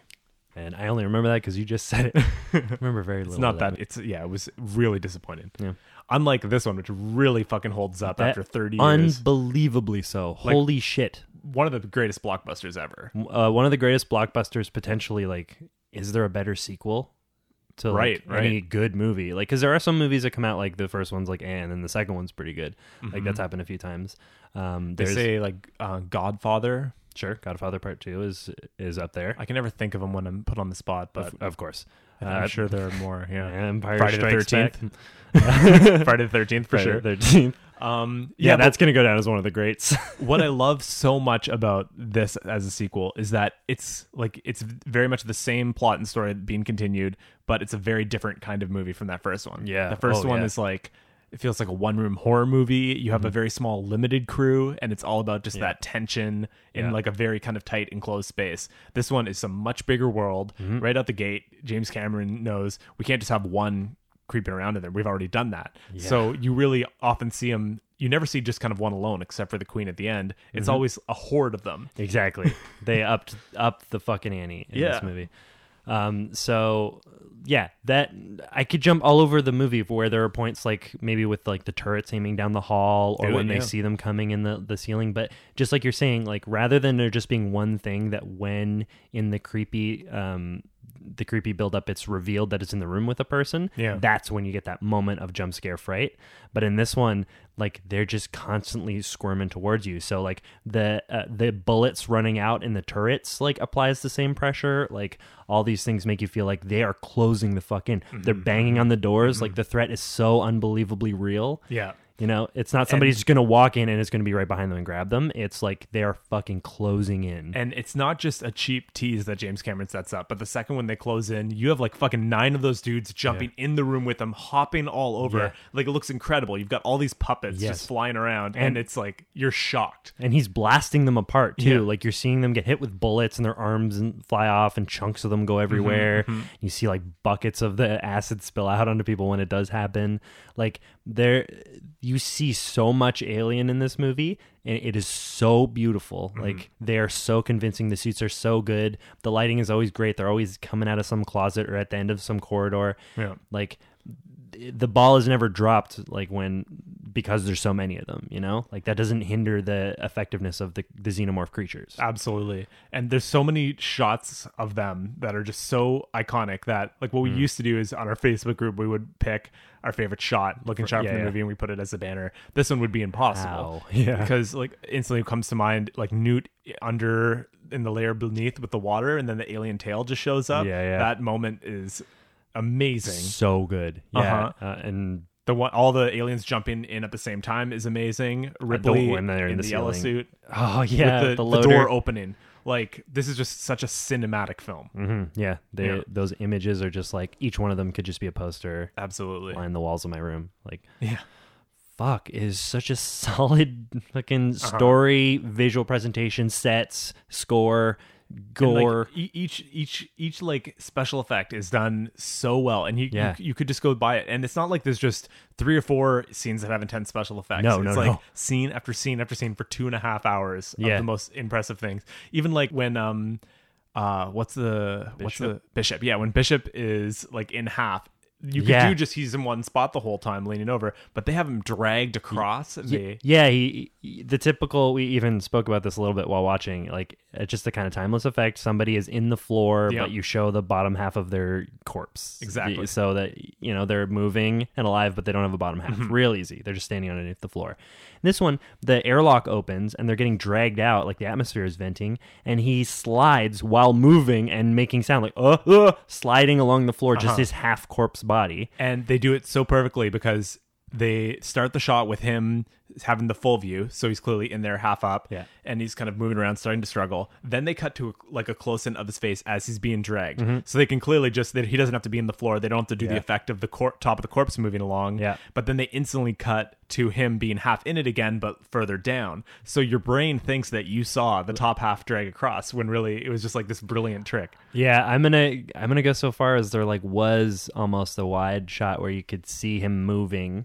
And I only remember that because you
[LAUGHS]
just said it. I remember very little.
It's not
of
that. It's yeah. It was really disappointing.
Yeah.
Unlike this one, which really fucking holds up
That-
after thirty years.
Unbelievably so. Holy shit.
one of the greatest blockbusters ever.
Uh, one of the greatest blockbusters potentially like is there a better sequel to like,
Right, right.
any good movie? Like cuz there are some movies that come out like the first one's like eh, and then the second one's pretty good. Like that's happened a few times. Um
Mm-hmm. They
there's
say like uh, Godfather.
sure Godfather Part 2 is is up there.
I can never think of them when I'm put on the spot, but
of, of course. Uh,
I'm sure there are more. Yeah,
Empire
Friday the
Strikes
13th,
Back.
[LAUGHS] Friday the Thirteenth for
Friday
sure.
the 13th.
Um, [LAUGHS]
Yeah,
yeah,
that's going to go down as one of the greats. [LAUGHS]
but what I love so much about this as a sequel is that it's like it's very much the same plot and story being continued, but it's a very different kind of movie from that first one.
Yeah.
the first
Oh,
one
yeah.
is like. It feels like a one-room horror movie. You have a very small, limited crew, and it's all about just that tension in
Yeah.
like a very kind of tight, enclosed space. This one is a much bigger world. Right out the gate, James Cameron knows we can't just have one creeping around in there. We've already done that. So you really often see them. You never see just kind of one alone, except for the queen at the end. It's always a horde of them.
Exactly. they upped up the fucking ante in
Yeah.
this movie. Um, so yeah, that I could jump all over the movie where there are points like maybe with like the turrets aiming down the hall or
Do it,
when they
yeah.
see them coming in the, the ceiling. But just like you're saying, like rather than there just being one thing that when in the creepy um the creepy buildup it's revealed that it's in the room with a person,
Yeah.
that's when you get that moment of jump scare fright. But in this one, like they're just constantly squirming towards you. So like the uh, the bullets running out in the turrets like applies the same pressure. Like all these things make you feel like they are closing the fuck in. They're
Mm-hmm.
banging on the doors. Like the threat is so unbelievably real.
Yeah.
You know, it's not somebody's just gonna walk in and it's gonna be right behind them and grab them. It's like they are fucking closing in.
And it's not just a cheap tease that James Cameron sets up, but the second when they close in, you have like fucking nine of those dudes jumping in the room with them, hopping all over.
Yeah.
Like it looks incredible. You've got all these puppets
Yes.
just flying around, and,
And-
it's like you're shocked.
and he's blasting them apart too.
Yeah.
Like you're seeing them get hit with bullets and their arms and fly off, and chunks of them
Mm-hmm,
go everywhere. You see like buckets of the acid spill out onto people when it does happen. Like there, you see so much alien in this movie, and it is so beautiful.
Mm-hmm.
Like they are so convincing. The suits are so good. The lighting is always great. They're always coming out of some closet or at the end of some corridor.
Yeah.
Like the ball is never dropped like when because there's so many of them you know like that doesn't hinder the effectiveness of the, the xenomorph creatures
Ah, Absolutely. And there's so many shots of them that are just so iconic that like what we
Mm.
used to do is on our Facebook group we would pick our favorite shot, looking shot
yeah,
from the
yeah.
movie and we put it as a banner. This one would be impossible.
Ow. [LAUGHS] Yeah.
Because like instantly comes to mind like Newt under in the layer beneath with the water and then the alien tail just shows up.
Yeah, yeah.
That moment is amazing.
so good yeah
Uh-huh.
uh, and
The one all the aliens jumping in at the same time is amazing. Ripley
when they're in
in
the
the yellow
ceiling.
suit
oh yeah
with the, the
loader.
door opening. Like this is just such a cinematic film.
Mhm, yeah, they,
Yeah. Ah,
those images are just like each one of them could just be a poster
Absolutely.
line the walls of my room like
Yeah.
fuck it is such a [LAUGHS] solid fucking
Uh-huh.
story visual presentation sets score
And, like,
gore
e- each each each like special effect is done so well, and you,
Yeah.
you you could just go buy it. And it's not like there's just three or four scenes that have intense special effects.
No,
it's
no,
like
no.
scene after scene after scene for two and a half hours
Yeah.
of the most impressive things. Even like when um uh what's the what's the bishop? Yeah, when Bishop is like in half. you could
Yeah.
do just he's in one spot the whole time leaning over, but they have him dragged across. and they-
Yeah, he, he- the typical. We even spoke about this a little bit while watching. Like, it's just the kind of timeless effect. Somebody is in the floor,
Yeah.
but you show the bottom half of their corpse
Exactly.
so that you know they're moving and alive, but they don't have a bottom half. Real easy. They're just standing underneath the floor. This one, the airlock opens and they're getting dragged out. Like the atmosphere is venting, and he slides while moving and making sound like uh, uh sliding along the floor, just his half corpse body.
and they do it so perfectly because they start the shot with him having the full view so he's clearly in there half up
Yeah.
and he's kind of moving around starting to struggle then they cut to a, like a close-in of his face as he's being dragged
Mm-hmm.
so they can clearly just that he doesn't have to be in the floor they don't have to do the effect of the cor- top of the corpse moving along
Yeah.
but then they instantly cut to him being half in it again but further down so your brain thinks that you saw the top half drag across when really it was just like this brilliant trick
Yeah, I'm gonna I'm gonna go so far as there like was almost a wide shot where you could see him moving,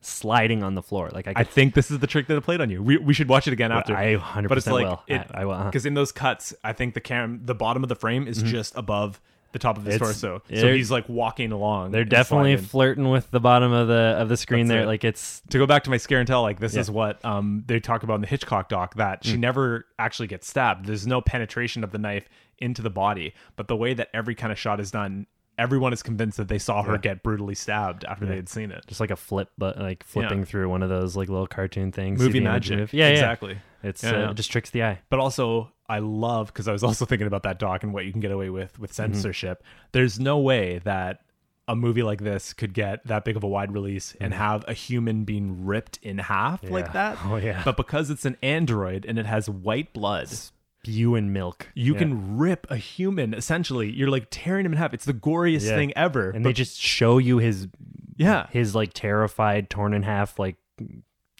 sliding on the floor. Like I,
I
could,
think this is the trick that it played on you. We, we should watch it again after.
I 100%
But it's like
will.
it-
I- I will, uh-huh. Mm-hmm.
Because in those cuts, I think the cam, the bottom of the frame is just above the top of his
It's-
torso. So
they're-
he's like walking along.
they're
and
definitely
sliding.
flirting with the bottom of the of the screen
That's
there.
it.
Like it's
to go back to my scare and tell, like this
Yeah. Mm.
is what um, they talk about in the Hitchcock doc that she never actually gets stabbed. There's no penetration of the knife into the body, but the way that every kind of shot is done, everyone is convinced that they saw her get brutally stabbed after they had seen it.
just like a flip, but like flipping through one of those like little cartoon things.
Movie
see the image
magic.
of- Yeah, yeah.
Exactly.
It's
Yeah,
uh,
yeah.
it just tricks the eye.
but also I love because I was [LAUGHS] also thinking about that doc and what you can get away with with
Mm-hmm.
censorship. There's no way that a movie like this could get that big of a wide release and have a human being ripped in half
Mm-hmm. Yeah.
like that.
Oh, yeah.
But because it's an android and it has white blood,
You and milk.
you
Yeah.
can rip a human essentially. You're like tearing him in half. It's the goriest
Yeah.
thing ever.
and
But-
they just show you his
yeah.
his like terrified, torn in half. Like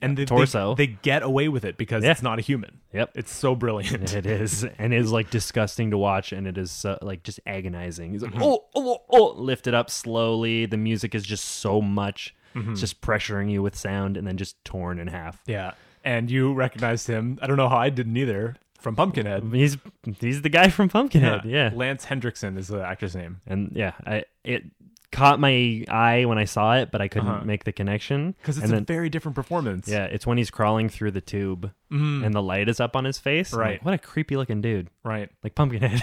and they, they-
torso.
They, get away with it because
Yeah.
it's not a human.
yep,
It's so brilliant.
[LAUGHS] It is, and it is like disgusting to watch, and it is so, like just agonizing. He's like, oh, oh, oh, oh, lift it up slowly. The music is just so much, it's just pressuring you with sound, and then just torn in half.
[LAUGHS] yeah. And you recognized him. I don't know how I didn't either from Pumpkinhead.
He's he's the guy from Pumpkinhead, yeah,
Lance Hendrickson is the actor's name.
and yeah, I, it caught my eye when I saw it, but I couldn't make the connection
Because it's
and
a very different performance.
yeah, it's when he's crawling through the tube and the light is up on his face. I'm like,
Right.
what a creepy looking dude,
Right.
like Pumpkinhead.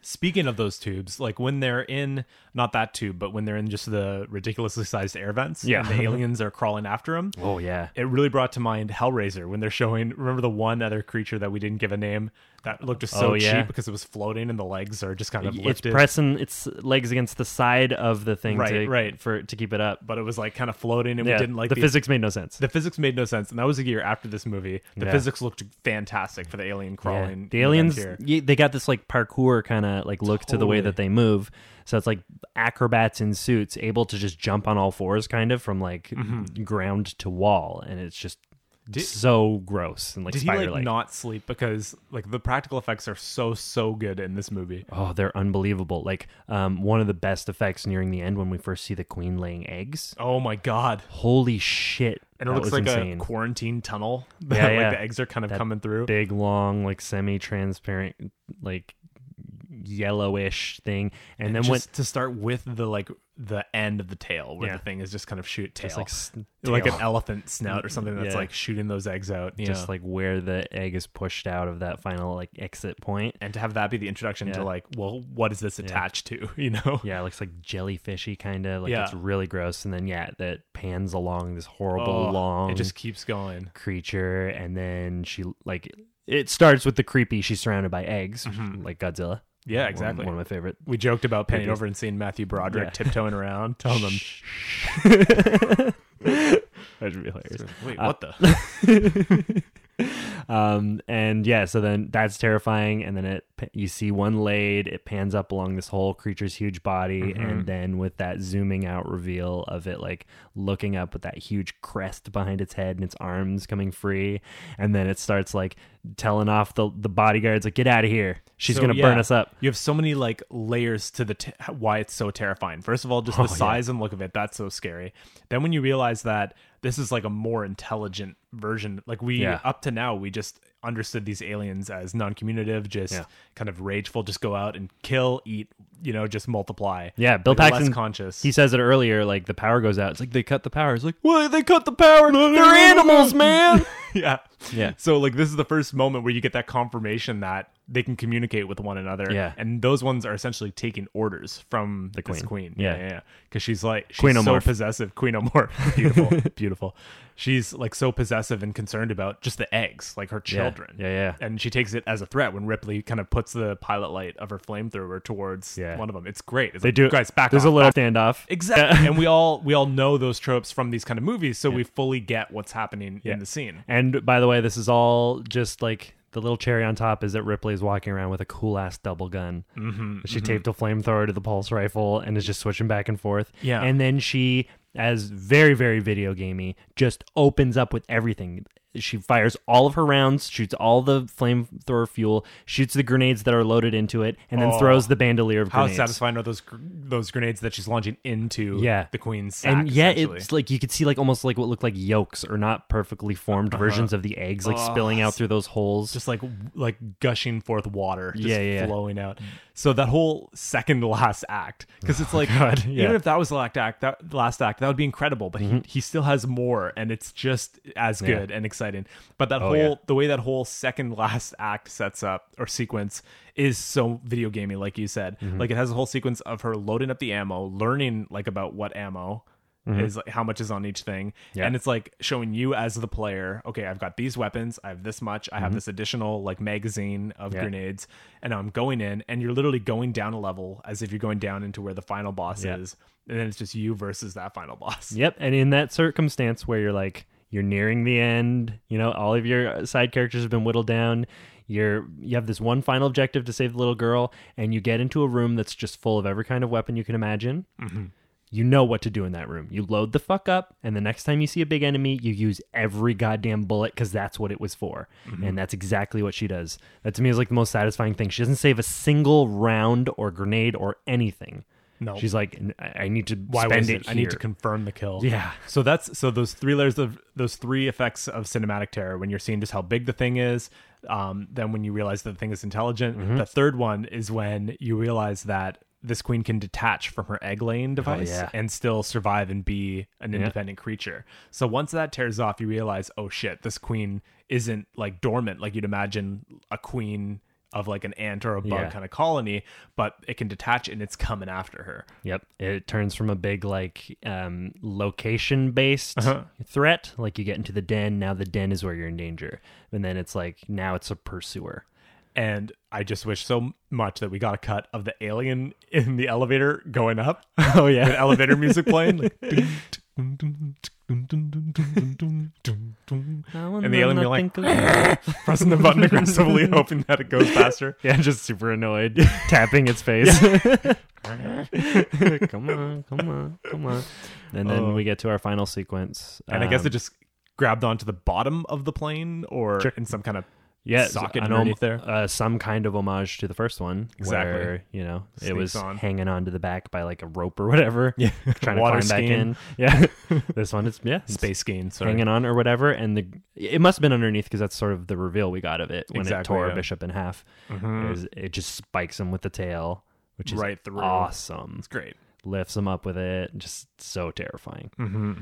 Speaking of those tubes, like when they're in not that tube, but when they're in just the ridiculously sized air vents
Yeah.
and the aliens are crawling after them.
oh yeah,
It really brought to mind Hellraiser when they're showing. Remember the one other creature that we didn't give a name that looked just so
Oh, yeah.
cheap because it was floating and the legs are just kind of
it's
lifted,
pressing its legs against the side of the thing
Right,
to,
right.
for to keep it up.
but it was like kind of floating and
Yeah,
we didn't like
the, physics made no sense.
The physics made no sense, and that was a year after this movie. The
Yeah.
physics looked fantastic for the alien
Yeah.
crawling.
The aliens,
event here.
y- they got this like parkour kind of like look to the way that they move. So it's like acrobats in suits able to just jump on all fours, kind of from like
Mm-hmm.
ground to wall, and it's just so gross and like
Did he like
spider like.
not sleep because like the practical effects are so so good in this movie?
Oh, they're unbelievable! Like um, one of the best effects nearing the end when we first see the queen laying eggs.
Oh my god!
Holy shit!
And it
that
looks
was
like
insane.
a quarantine tunnel. [LAUGHS]
Yeah,
like
yeah.
the eggs are kind of
That
coming through.
big long like semi-transparent like yellowish thing and, then
just
went
to start with the like the end of the tail where
Yeah.
the thing is just kind of shoot tail,
just like s-
like
tail.
an elephant snout or something that's
Yeah.
like shooting those eggs out. Yeah.
just like where the egg is pushed out of that final like exit point
and to have that be the introduction
Yeah.
to like, well, what is this attached to? [LAUGHS] You know?
yeah it looks like jellyfishy kind of like
Yeah.
it's really gross and then yeah that pans along this horrible
Oh,
long
It just keeps going.
creature and then she like it starts with the creepy she's surrounded by eggs like godzilla
Mm-hmm. Yeah,
One-
exactly.
one of my favorite
We joked about panning
Creepy.
over and seeing Matthew Broderick
Yeah.
tiptoeing around,
[LAUGHS]
telling them,
That'd be hilarious.
"Wait,
Uh,
what the?"
[LAUGHS] Um, and yeah, so then that's terrifying. And then it you see one laid, it pans up along this whole creature's huge body,
Mm-hmm.
and then with that zooming out reveal of it like looking up with that huge crest behind its head and its arms coming free, and then it starts like telling off the the bodyguards like get out of here, she's
So,
gonna
yeah,
burn us up.
You have so many like layers to the t- why it's so terrifying. First of all,
[LAUGHS]
just the
Oh,
size and look of it. That's so scary. Then when you realize that this is like a more intelligent version, like we
Yeah.
up to now we just understood these aliens as non-communicative, just
Yeah.
kind of rageful, just go out and kill, eat, you know, just multiply.
Yeah, Bill
Like,
Paxton
less conscious.
He says it earlier, like the power goes out. It's like they cut the power. It's like, what? They cut the power.
[LAUGHS]
They're animals, man.
yeah.
Yeah.
So like this is the first moment where you get that confirmation that they can communicate with one another.
Yeah.
And those ones are essentially taking orders from the
queen.
queen.
Yeah.
Yeah. Because she's like she's so
Queenomorph.
possessive. Queen Omorph. [LAUGHS] Beautiful. beautiful. She's like so possessive and concerned about just the eggs, like her children.
Yeah, yeah.
And she takes it as a threat when Ripley kind of puts the pilot light of her flamethrower towards
Yeah.
one of them. It's great. It's
They
like,
do.
Guys, back
There's
off,
a little
back
standoff.
Exactly. and we all we all know those tropes from these kind of movies, so we fully get what's happening
Yeah.
in the scene.
And by the way, this is all just like the little cherry on top is that Ripley is walking around with a cool ass double gun. Mm-hmm, she taped a flamethrower to the pulse rifle and is just switching back and forth.
Yeah.
And then she, as very, very video gamey, just opens up with everything. She fires all of her rounds, shoots all the flamethrower fuel, shoots the grenades that are loaded into it, and then
Oh.
throws the bandolier of
How
grenades.
satisfying are those gr- those grenades that she's launching into
Yeah.
the queen's sack,
and yeah,
essentially.
it's like you could see like almost like what looked like yolks or not perfectly formed
Uh-huh.
versions of the eggs like spilling out through those holes.
just like like gushing forth water, just
Yeah, yeah.
flowing out. So that whole second to last act, because it's like
yeah.
even if that was the last act, that last act that would be incredible. But he, he still has more, and it's just as good and exciting. But that whole
yeah.
the way that whole second last act sets up or sequence is so video gamey, like you said. Like it has a whole sequence of her loading up the ammo, learning like about what ammo. Is like how much is on each thing,
Mm-hmm. Yeah.
and it's like showing you as the player. Okay, I've got these weapons. I have this much. I have this additional like magazine of
Mm-hmm. Yeah.
grenades, and I'm going in. And you're literally going down a level as if you're going down into where the final boss
Yeah.
is, and then it's just you versus that final boss.
Yep, and in that circumstance where you're like you're nearing the end, you know, all of your side characters have been whittled down. You're you have this one final objective to save the little girl, and you get into a room that's just full of every kind of weapon you can imagine. You know what to do in that room. You load the fuck up, and the next time you see a big enemy, you use every goddamn bullet because that's what it was for. And that's exactly what she does. That to me is like the most satisfying thing. She doesn't save a single round or grenade or anything.
No.
She's like, "N- I I need to
Why
spend
was it?
it.
I need to
here."
confirm the kill.
Yeah.
So that's so those three layers of those three effects of cinematic terror when you're seeing just how big the thing is, um, then when you realize that the thing is intelligent. The third one is when you realize that this queen can detach from her egg laying device
yeah.
and still survive and be an independent creature. So once that tears off, you realize, oh shit, this queen isn't like dormant like you'd imagine a queen of like an ant or a bug
Yeah.
kind of colony, but it can detach and it's coming after her.
Yep. It turns from a big like um, location based
Uh-huh.
threat, like you get into the den. Now the den is where you're in danger, and then it's like now it's a pursuer.
and I just wish so much that we got a cut of the alien in the elevator going
[LAUGHS]
up. Oh yeah, with elevator music playing, like, and the alien be like [LAUGHS] pressing the button
[LAUGHS]
aggressively, hoping that it goes faster.
yeah, just super
[LAUGHS]
annoyed, tapping its face. [LAUGHS] come on, come on, come on. And then we get to our final sequence,
Oh. And I guess
Um,
it just grabbed onto the bottom of the plane or in some kind of
yeah,
socket
an
underneath there.
Uh, some kind of homage to the first one.
Exactly.
where, you know, it
Sneaks
was
on.
hanging on to the back by like a rope or whatever.
[LAUGHS] Yeah.
trying
Water
to climb
skiing. [LAUGHS]
back in. Yeah, this one is yeah, it's
space gain. Sorry.
hanging on or whatever, and the it must have been underneath because that's sort of the reveal we got of it when it
Exactly,
tore
yeah. Mm-hmm.
Bishop in half. It, was- it just spikes him with the tail, which is
Right through.
awesome.
It's great.
Lifts him up with it, just so terrifying.
Mm-hmm.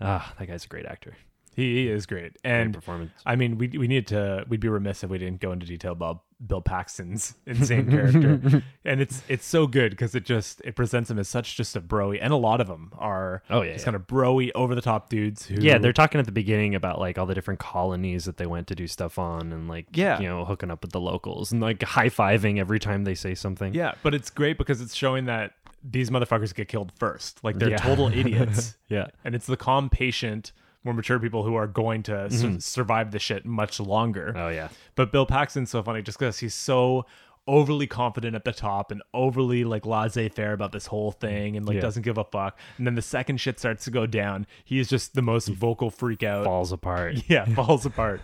Ah, that guy's a great actor.
He is great. And
performance.
I mean, we we need to we'd be remiss if we didn't go into detail about Bill Paxton's [LAUGHS] insane
[LAUGHS]
character. And it's it's so good because it just it presents him as such just a broy, and a lot of them are
Oh, yeah,
just
yeah.
kind of broy over the top dudes who
Yeah, they're talking at the beginning about like all the different colonies that they went to do stuff on, and like
Yeah.
you know hooking up with the locals and like high fiving every time they say something.
yeah, but it's great because it's showing that these motherfuckers get killed first. Like they're
Yeah.
total idiots.
[LAUGHS] Yeah.
and it's the calm, patient, more mature people who are going to su- survive the shit much longer.
Mm-hmm. Oh yeah.
But Bill Paxton's so funny just because he's so overly confident at the top and overly like laissez-faire about this whole thing and like
Yeah.
doesn't give a fuck and then the second shit starts to go down he is just the most vocal freak out
falls apart.
[LAUGHS] yeah falls
[LAUGHS]
apart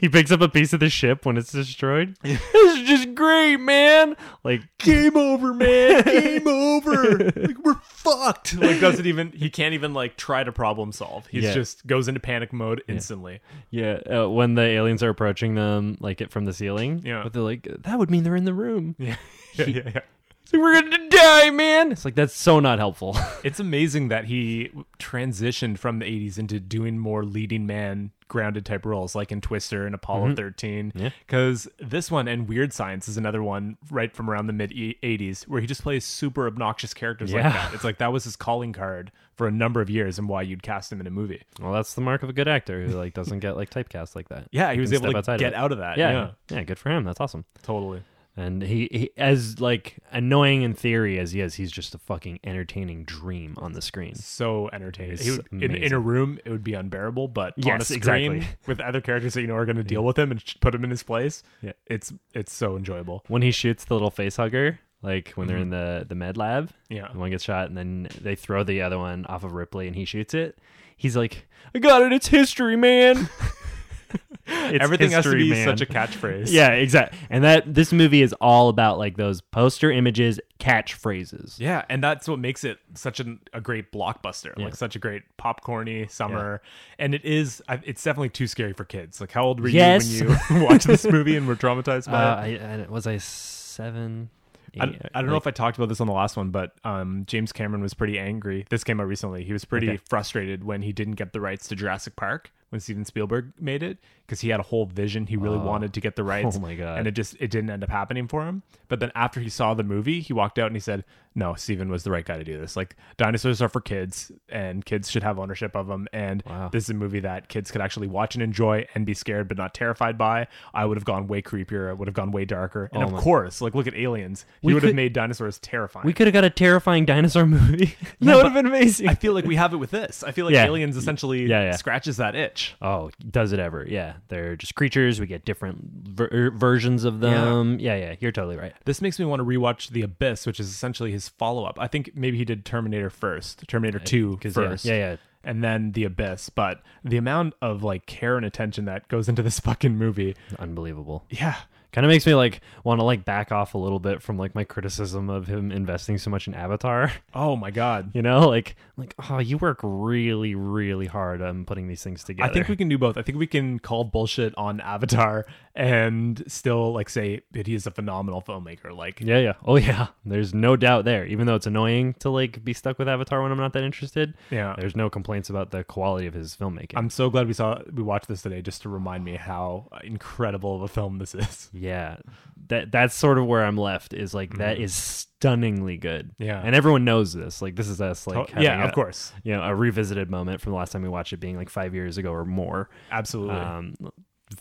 He picks up a piece of the ship when
[LAUGHS]
it's destroyed. this is just great, man. Like
game over
[LAUGHS]
man game over like we're fucked [LAUGHS] like doesn't even he can't even like try to problem solve he's
Yeah.
just goes into panic mode instantly
yeah, uh, when the aliens are approaching them, like it from the ceiling.
Yeah.
but they're like that would mean they're in the room.
yeah [LAUGHS] yeah, yeah, yeah.
It's like, we're gonna die, man. It's like that's so not helpful. [LAUGHS]
It's amazing that he transitioned from the 80s into doing more leading man grounded type roles like in Twister and Apollo 13.
Mm-hmm. Yeah.
Cuz this one and Weird Science is another one right from around the mid 80s where he just plays super obnoxious characters
Yeah.
like that. It's like that was his calling card for a number of years and why you'd cast him in a movie.
well, that's the mark of a good actor who like doesn't get like typecast like that.
Yeah, he was
Can
able
step
to
outside of
get
it.
out of that.
yeah,
Yeah.
yeah, good for him. That's awesome.
Totally.
And he, he, as like annoying in theory as he is, he's just a fucking entertaining dream on the screen.
So entertaining.
It's
He would- in, in a
amazing.
room, it would be unbearable, but on a
Yes,
screen
exactly.
[LAUGHS] with other characters that you know are going to deal with him and sh- put him in his place,
Yeah.
it's it's so enjoyable.
When he shoots the little face hugger, like when they're in the the med lab,
Mm-hmm. Yeah.
and one gets shot, and then they throw the other one off of Ripley, and he shoots it. He's like, "I got it. It's
[LAUGHS]
history, man." It's
Everything has to
history,
be
man.
such a catchphrase.
Yeah, exactly. And that this movie is all about like those poster images, catchphrases.
Yeah, and that's what makes it such an, a great blockbuster, like such a great popcorny summer. And it is, I- it's definitely too scary for kids. Like, how old were
Yes.
you when you [LAUGHS] watched this movie and were traumatized
Uh,
by it?
I, I, was I seven?
I, don't- I don't know if I talked about this on the last one, but um, James Cameron was pretty angry. This came out recently. He was pretty
Okay.
frustrated when he didn't get the rights to Jurassic Park when Steven Spielberg made it because he had a whole vision. He really wanted to get the rights.
Oh my God.
And it just it didn't end up happening for him. But then after he saw the movie, he walked out and he said, "No, Steven was the right guy to do this. Like dinosaurs are for kids, and kids should have ownership of them. And
Wow.
this is a movie that kids could actually watch and enjoy and be scared but not terrified by. I would have gone way creepier. I would have gone way darker. And
Oh
of
my-
course, like look at Aliens. He
We
would have
could-
made dinosaurs terrifying.
we
[LAUGHS]
could have got a terrifying dinosaur [LAUGHS] movie. that
Yeah,
would
but
have been amazing.
I feel like we have it with this. I feel like
Yeah.
Aliens essentially
Yeah, yeah.
scratches that itch.
Oh, does it ever? Yeah, they're just creatures. We get different ver- er, versions of them. Yeah. yeah, you're totally right.
This makes me want to rewatch The Abyss, which is essentially his follow up. I think maybe he did Terminator first, Terminator 2
'Cause, yeah,
first.
yeah, yeah.
And then The Abyss. But the amount of like care and attention that goes into this [LAUGHS] fucking movie.
Unbelievable.
Yeah.
Kind of makes me like want to like back off a little bit from like my criticism of him investing so much in Avatar. [LAUGHS]
Oh my God.
You know, like like oh, you work really really hard on putting these things together.
I think we can do both. I think we can call bullshit on Avatar and still like say that he is a phenomenal filmmaker. Like
Yeah, yeah. Oh yeah. There's no doubt there. Even though it's annoying to like be stuck with Avatar when I'm not that interested.
Yeah.
There's no complaints about the quality of his filmmaking.
I'm so glad we saw we watched this today just to remind me how incredible of a film this is.
yeah. That that's sort of where I'm left is like that is stunningly good.
Mm. Yeah.
And everyone knows this. Like this is us like having
Oh, yeah,
a-
of course.
You know, a revisited moment from the last time we watched it being like 5 years ago or more.
Absolutely.
Um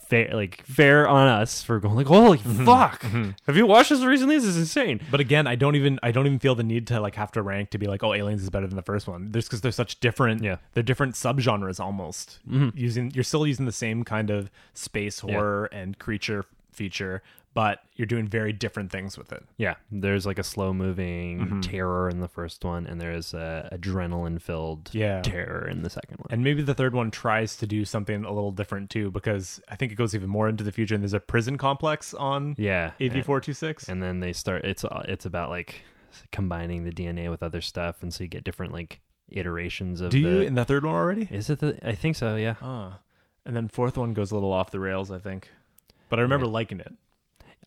fair like fair on us for going like holy
Mm-hmm.
fuck. Have you watched this recently? This is insane.
but again, I don't even I don't even feel the need to like have to rank to be like, oh, Aliens is better than the first one. There's because they're such different.
Yeah. Mm-hmm.
they're different subgenres almost. Using you're still using the same kind of space horror and creature feature, but you're doing very different things with it.
Yeah, there's like a slow moving
Mm-hmm.
terror in the first one, and there is a adrenaline filled
Yeah.
terror in the second one.
And maybe the third one tries to do something a little different too, because I think it goes even more into the future. And there's a prison complex on
yeah,
AV
and,
four two six.
and then they start. It's uh, it's about like combining the DNA with other stuff, and so you get different like iterations of.
Do you
the-
in the third one already?
Is it the? I think so. Yeah,
Ah, and then fourth one goes a little off the rails, I think. But I remember liking it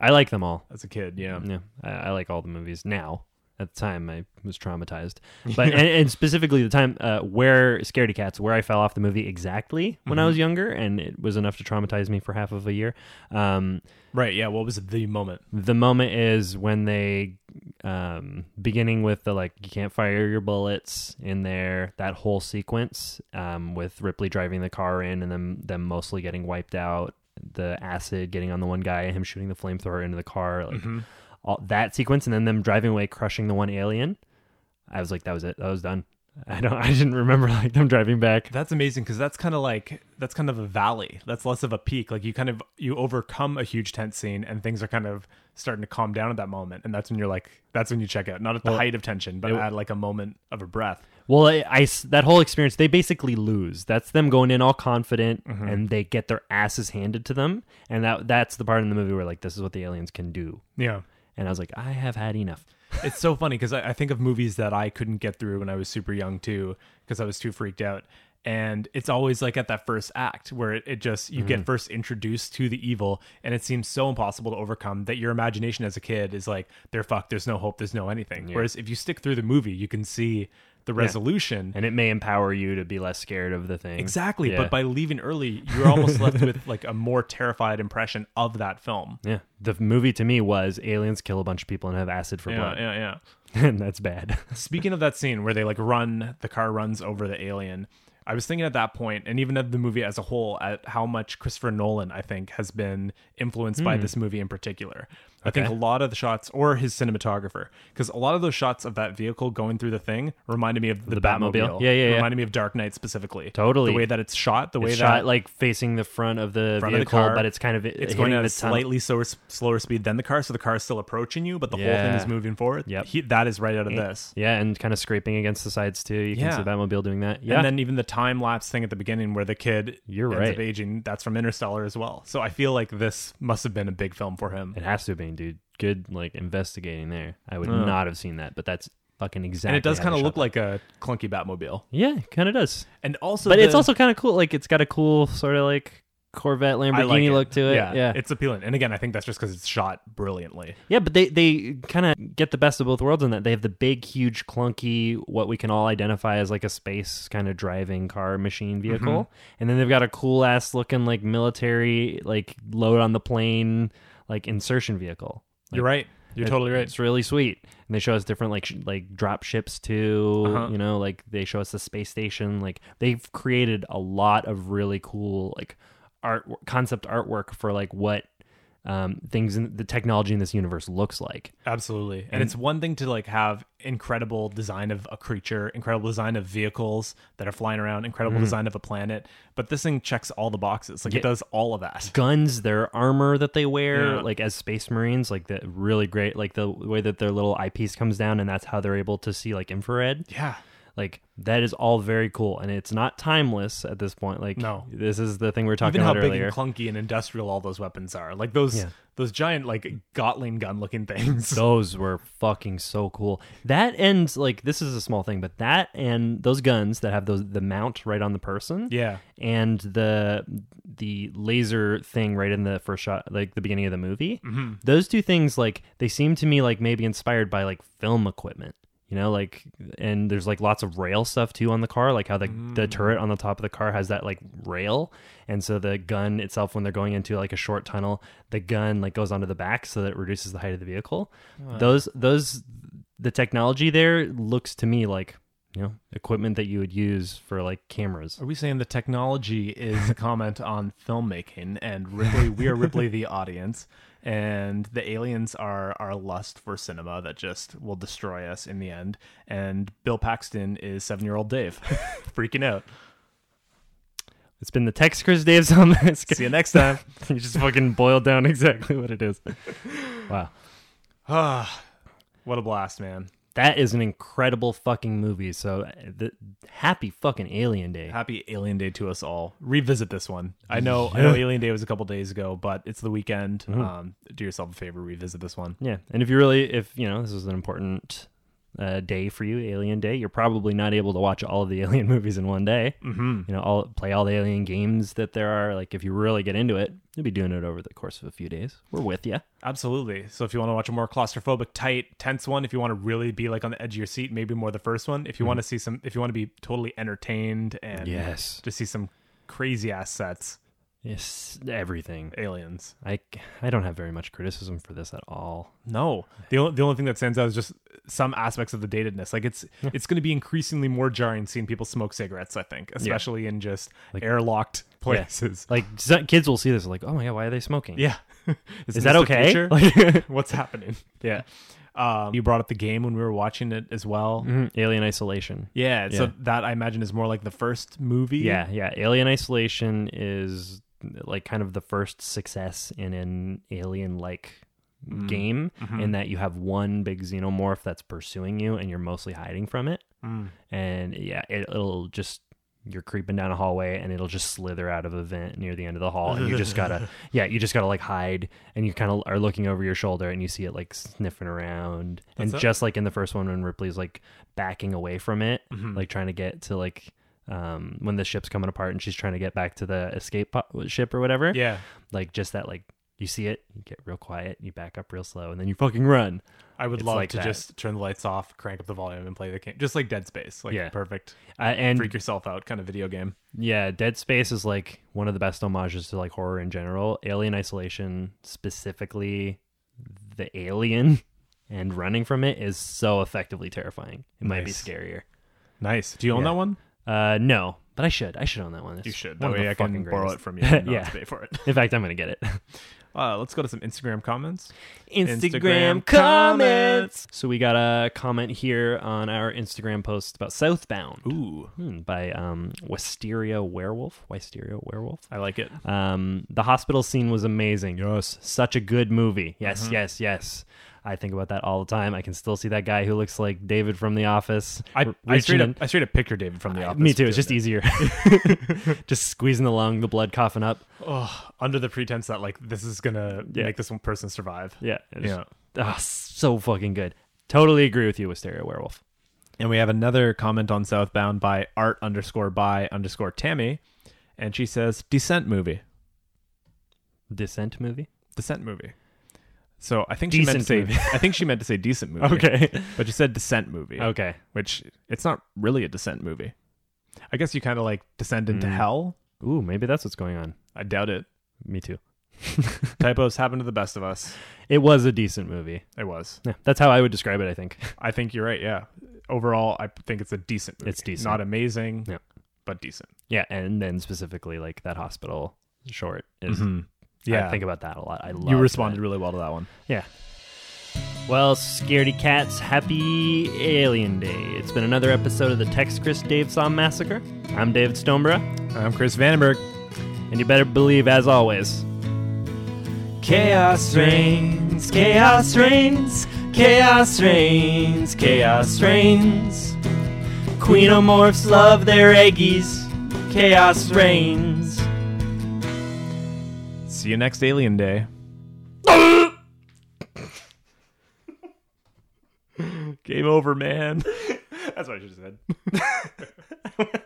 I like them all.
as a kid. Yeah.
Yeah, I, I like all the movies now. At the time, I was traumatized,
[LAUGHS]
but and, and specifically the time uh, where Scaredy Cats, where I fell off the movie exactly when
Mm-hmm.
I was younger, and it was enough to traumatize me for half of a year. Um,
Right. Yeah. What was the moment?
the moment is when they um beginning with the like you can't fire your bullets in there that whole sequence um with ripley driving the car in and then them mostly getting wiped out the acid getting on the one guy and him shooting the flamethrower into the car like all that sequence and then them driving away crushing the one alien i was like that was it that was done [LAUGHS] I don't. I didn't remember like them driving back.
That's amazing because that's kind of like that's kind of a valley. That's less of a peak. Like you kind of you overcome a huge tense scene and things are kind of starting to calm down at that moment. And that's when you're like that's when you check out. Not at the height of tension, but at like a moment of a breath.
Well, I, I s- that whole experience, they basically lose. That's them going in all confident,
Mm-hmm.
and they get their asses handed to them, and that that's the part in the movie where like this is what the aliens can do,
Yeah.
and I was like, I have had enough.
it's so funny because I, I think of movies that I couldn't get through when I was super young too because I was too freaked out. And it's always like at that first act where it, it just you
Mm-hmm.
get first introduced to the evil and it seems so impossible to overcome that your imagination as a kid is like they're fucked, there's no hope, there's no anything. Whereas if you stick through the movie, you can see the resolution.
And it may empower you to be less scared of the thing.
Exactly,
Yeah.
but by leaving early, you're almost left with like a more terrified impression of that film.
yeah, the movie to me was aliens kill a bunch of people and have acid for
Yeah,
blood,
yeah, yeah.
and [LAUGHS] that's bad.
Speaking of that scene where they like run, the car runs over the alien. I was thinking at that point, and even of the movie as a whole, at how much Christopher Nolan I think has been influenced
Hmm.
by this movie in particular. I think a lot of the shots, or his cinematographer, because a lot of those shots of that vehicle going through the thing reminded me of the,
The
Batmobile.
Batmobile. Yeah, yeah, yeah.
Reminded me of Dark Knight specifically.
Totally.
the way that it's shot, the way
It's
that
shot like facing the front of the
front of the
vehicle,
car,
but it's kind of
it's going at
hitting
a
the tunnel.
slightly slower, slower speed than the car, so the car is still approaching you, but the whole
Yeah.
thing is moving forward.
Yep.
He- that is right out of this.
Yeah, and kind of scraping against the sides too. You
Yeah.
can see Batmobile doing that. Yeah,
And then even the time lapse thing at the beginning where the kid
You're
ends up
right.
aging, that's from Interstellar as well. So I feel like this must have been a big film for him.
It has to have been, dude. Good like investigating there. I would not have seen that, but that's fucking exactly.
Oh. And it does
how
kind
they
of
shot
look like
that.
a clunky Batmobile.
yeah, kind of does.
And also,
But it's
the-
also kind of cool. Like it's got a cool sort of like Corvette
I
Lamborghini
like it.
look to it.
Yeah,
Yeah, yeah.
it's appealing. And again, I think that's just because it's shot brilliantly.
but they they kind of get the best of both worlds in that they have the big, huge, clunky, what we can all identify as like a space kind of driving car machine
Mm-hmm.
vehicle, and then they've got a cool ass looking like military like load on the plane like insertion vehicle.
You're right. You're
It-
totally right.
It's really sweet, and they show us different like sh- like drop ships too.
Uh-huh.
You know, like they show us the space station. Like they've created a lot of really cool like art concept artwork for like what um, things in the technology in this universe looks like.
Absolutely. And, it's one thing to like have incredible design of a creature, incredible design of vehicles that are flying around, incredible design of a planet, but this thing checks all the boxes. Like it
Mm-hmm. Yeah.
does all of that.
Guns, their armor that they wear,
Yeah.
like as space marines, like the really great, like the way that their little eyepiece comes down, and that's how they're able to see like infrared.
Yeah.
Like that is all very cool, and it's not timeless at this point. Like
No.
this is the thing we were talking
even how
about
big
earlier.
and clunky and industrial all those weapons are. Like those
Yeah.
those giant like Gatling gun looking things.
Those were fucking so cool. That and like this is a small thing, but that and those guns that have those the mount right on the person.
[LAUGHS] yeah.
And the the laser thing right in the first shot, like the beginning of the movie. Those two things, like they seem to me like maybe inspired by like film equipment, you know, like and there's like lots of rail stuff too on the car, like how the the turret on the top of the car has that like rail, and so the gun itself when they're going into like a short tunnel, the gun like goes onto the back so that it reduces the height of the vehicle. Those those the technology there looks to me like you know equipment that you would use for like cameras.
Are we saying the technology is a comment on filmmaking and Ripley we are Ripley the audience and the aliens are our lust for cinema that just will destroy us in the end and Bill Paxton is 7-year-old Dave [LAUGHS] freaking out.
It's been the text Chris Dave's on [LAUGHS] this.
See you next time. [SIGHS]
you just fucking boiled down [LAUGHS] exactly what it is. Wow.
Ah, what a blast, man.
That is an incredible fucking movie. So, uh, the, happy fucking Alien Day.
Happy Alien Day to us all. Revisit this one. I know I know Alien Day was a couple days ago, but it's the weekend. Um, do yourself a favor, revisit this one.
Yeah. And if you really, if, you know, this is an important uh, day for you, Alien Day, you're probably not able to watch all of the [LAUGHS] Alien movies in one day. Mm-hmm. You know, all play all the Alien games that there are. Like, if you really get into it, you'll be doing it over the course of a few days. We're with you.
Absolutely. So if you want to watch a more claustrophobic, tight, tense one, if you want to really be like on the edge of your seat, maybe more the first one. If you want to see some if you want to be totally entertained and
Yes.
just see some crazy ass sets,
Yes. Everything.
aliens.
I, I don't have very much criticism for this at all.
No, the only, the only thing that stands out is just some aspects of the datedness. Like it's it's going to be increasingly more jarring seeing people smoke cigarettes. I think, especially in just airlocked places.
Like so- kids will see
[LAUGHS]
this like, oh my god, why are they smoking?
Yeah.
is that
this the
okay?
[LAUGHS] future?
Like,
What's happening?
yeah,
Um, you brought up the game when we were watching it as well.
Mm-hmm. Alien Isolation.
Yeah, so
Yeah.
that I imagine is more like the first movie.
Yeah, yeah. Alien Isolation is like kind of the first success in an alien like game in that you have one big xenomorph that's pursuing you and you're mostly hiding from it.
Mm.
And yeah, it, it'll just you're creeping down a hallway and it'll just slither out of a vent near the end of the hall and you
[LAUGHS]
just gotta yeah you just gotta like hide and you kind of are looking over your shoulder and you see it like sniffing around and
That's it.
just like in the first one when ripley's like backing away from it
Mm-hmm.
like trying to get to like um when the ship's coming apart and she's trying to get back to the escape po- ship or whatever
Yeah.
like just that like you see it you get real quiet you back up real slow and then you fucking run
I would
It's
love
like
to
that.
just turn the lights off, crank up the volume, and play the game, just like Dead Space, like
Yeah.
perfect
uh, and
freak yourself out kind of video game.
Yeah, Dead Space is like one of the best homages to like horror in general. Alien Isolation, specifically the alien [LAUGHS] and running from it is so effectively terrifying. It might be
Nice.
scarier.
Nice. Do you own
Yeah.
that one?
Uh no, but I should. I should own that one. It's
You should.
one
That
of
way
the
I can
fucking
borrow it
greatest.
from you. [LAUGHS]
[LAUGHS]
And not
Yeah.
pay for it.
In fact, I'm going to get it. [LAUGHS]
Uh, let's go to some Instagram comments.
Instagram comments. So we got a comment here on our Instagram post about Southbound
Ooh,
Hmm, by um Wisteria Werewolf. Wisteria Werewolf.
I like it.
Um, the hospital scene was amazing. Yes, such a good movie. Yes,
Mm-hmm.
yes, yes. I think about that all the time. I can still see that guy who looks like David from The Office.
I,
r-
I straight
reaching
up,
in-
I straight up picture David from the office.
me too. It's
doing
just
that.
easier.
[LAUGHS]
[LAUGHS] just squeezing the lung, the blood coughing up.
oh, under the pretense that like this is gonna
Yeah.
make this one person survive.
Yeah. it's-
Yeah.
ah, so fucking good. Totally agree with you, Wisteria Werewolf.
And we have another comment on Southbound by art underscore by underscore Tammy, and she says Descent movie,
Descent movie.
Descent movie. So I think
Decent
she meant to
movie.
say [LAUGHS] I think she meant to say decent movie.
Okay. [LAUGHS]
but she said Descent movie.
okay.
which it's not really a Descent movie. I guess you kind of like descend into hell.
Ooh, maybe that's what's going on.
I doubt [LAUGHS] it.
Me too.
Typos happen to the best of us.
It was a decent movie.
It was.
Yeah, that's how I would describe it. I think. [LAUGHS]
I think you're right. Yeah. Overall, I think it's a decent movie.
It's decent.
Not amazing,
Yeah.
but decent.
Yeah, and then specifically like that hospital short is
Mm-hmm. Hmm. Yeah.
I think about that a lot. I love
You responded
that.
really well to that one.
Yeah. Well, scaredy cats, happy Alien Day. It's been another episode of the Tex Chris Dave Saw Massacre. I'm David Stoneborough,
I'm Chris Vandenberg.
and you better believe, as always,
Chaos reigns, chaos reigns, chaos reigns, chaos reigns. Queenomorphs love their eggies, chaos reigns.
See you next Alien [LAUGHS] Day. [LAUGHS] Game over, man. That's what I should have said.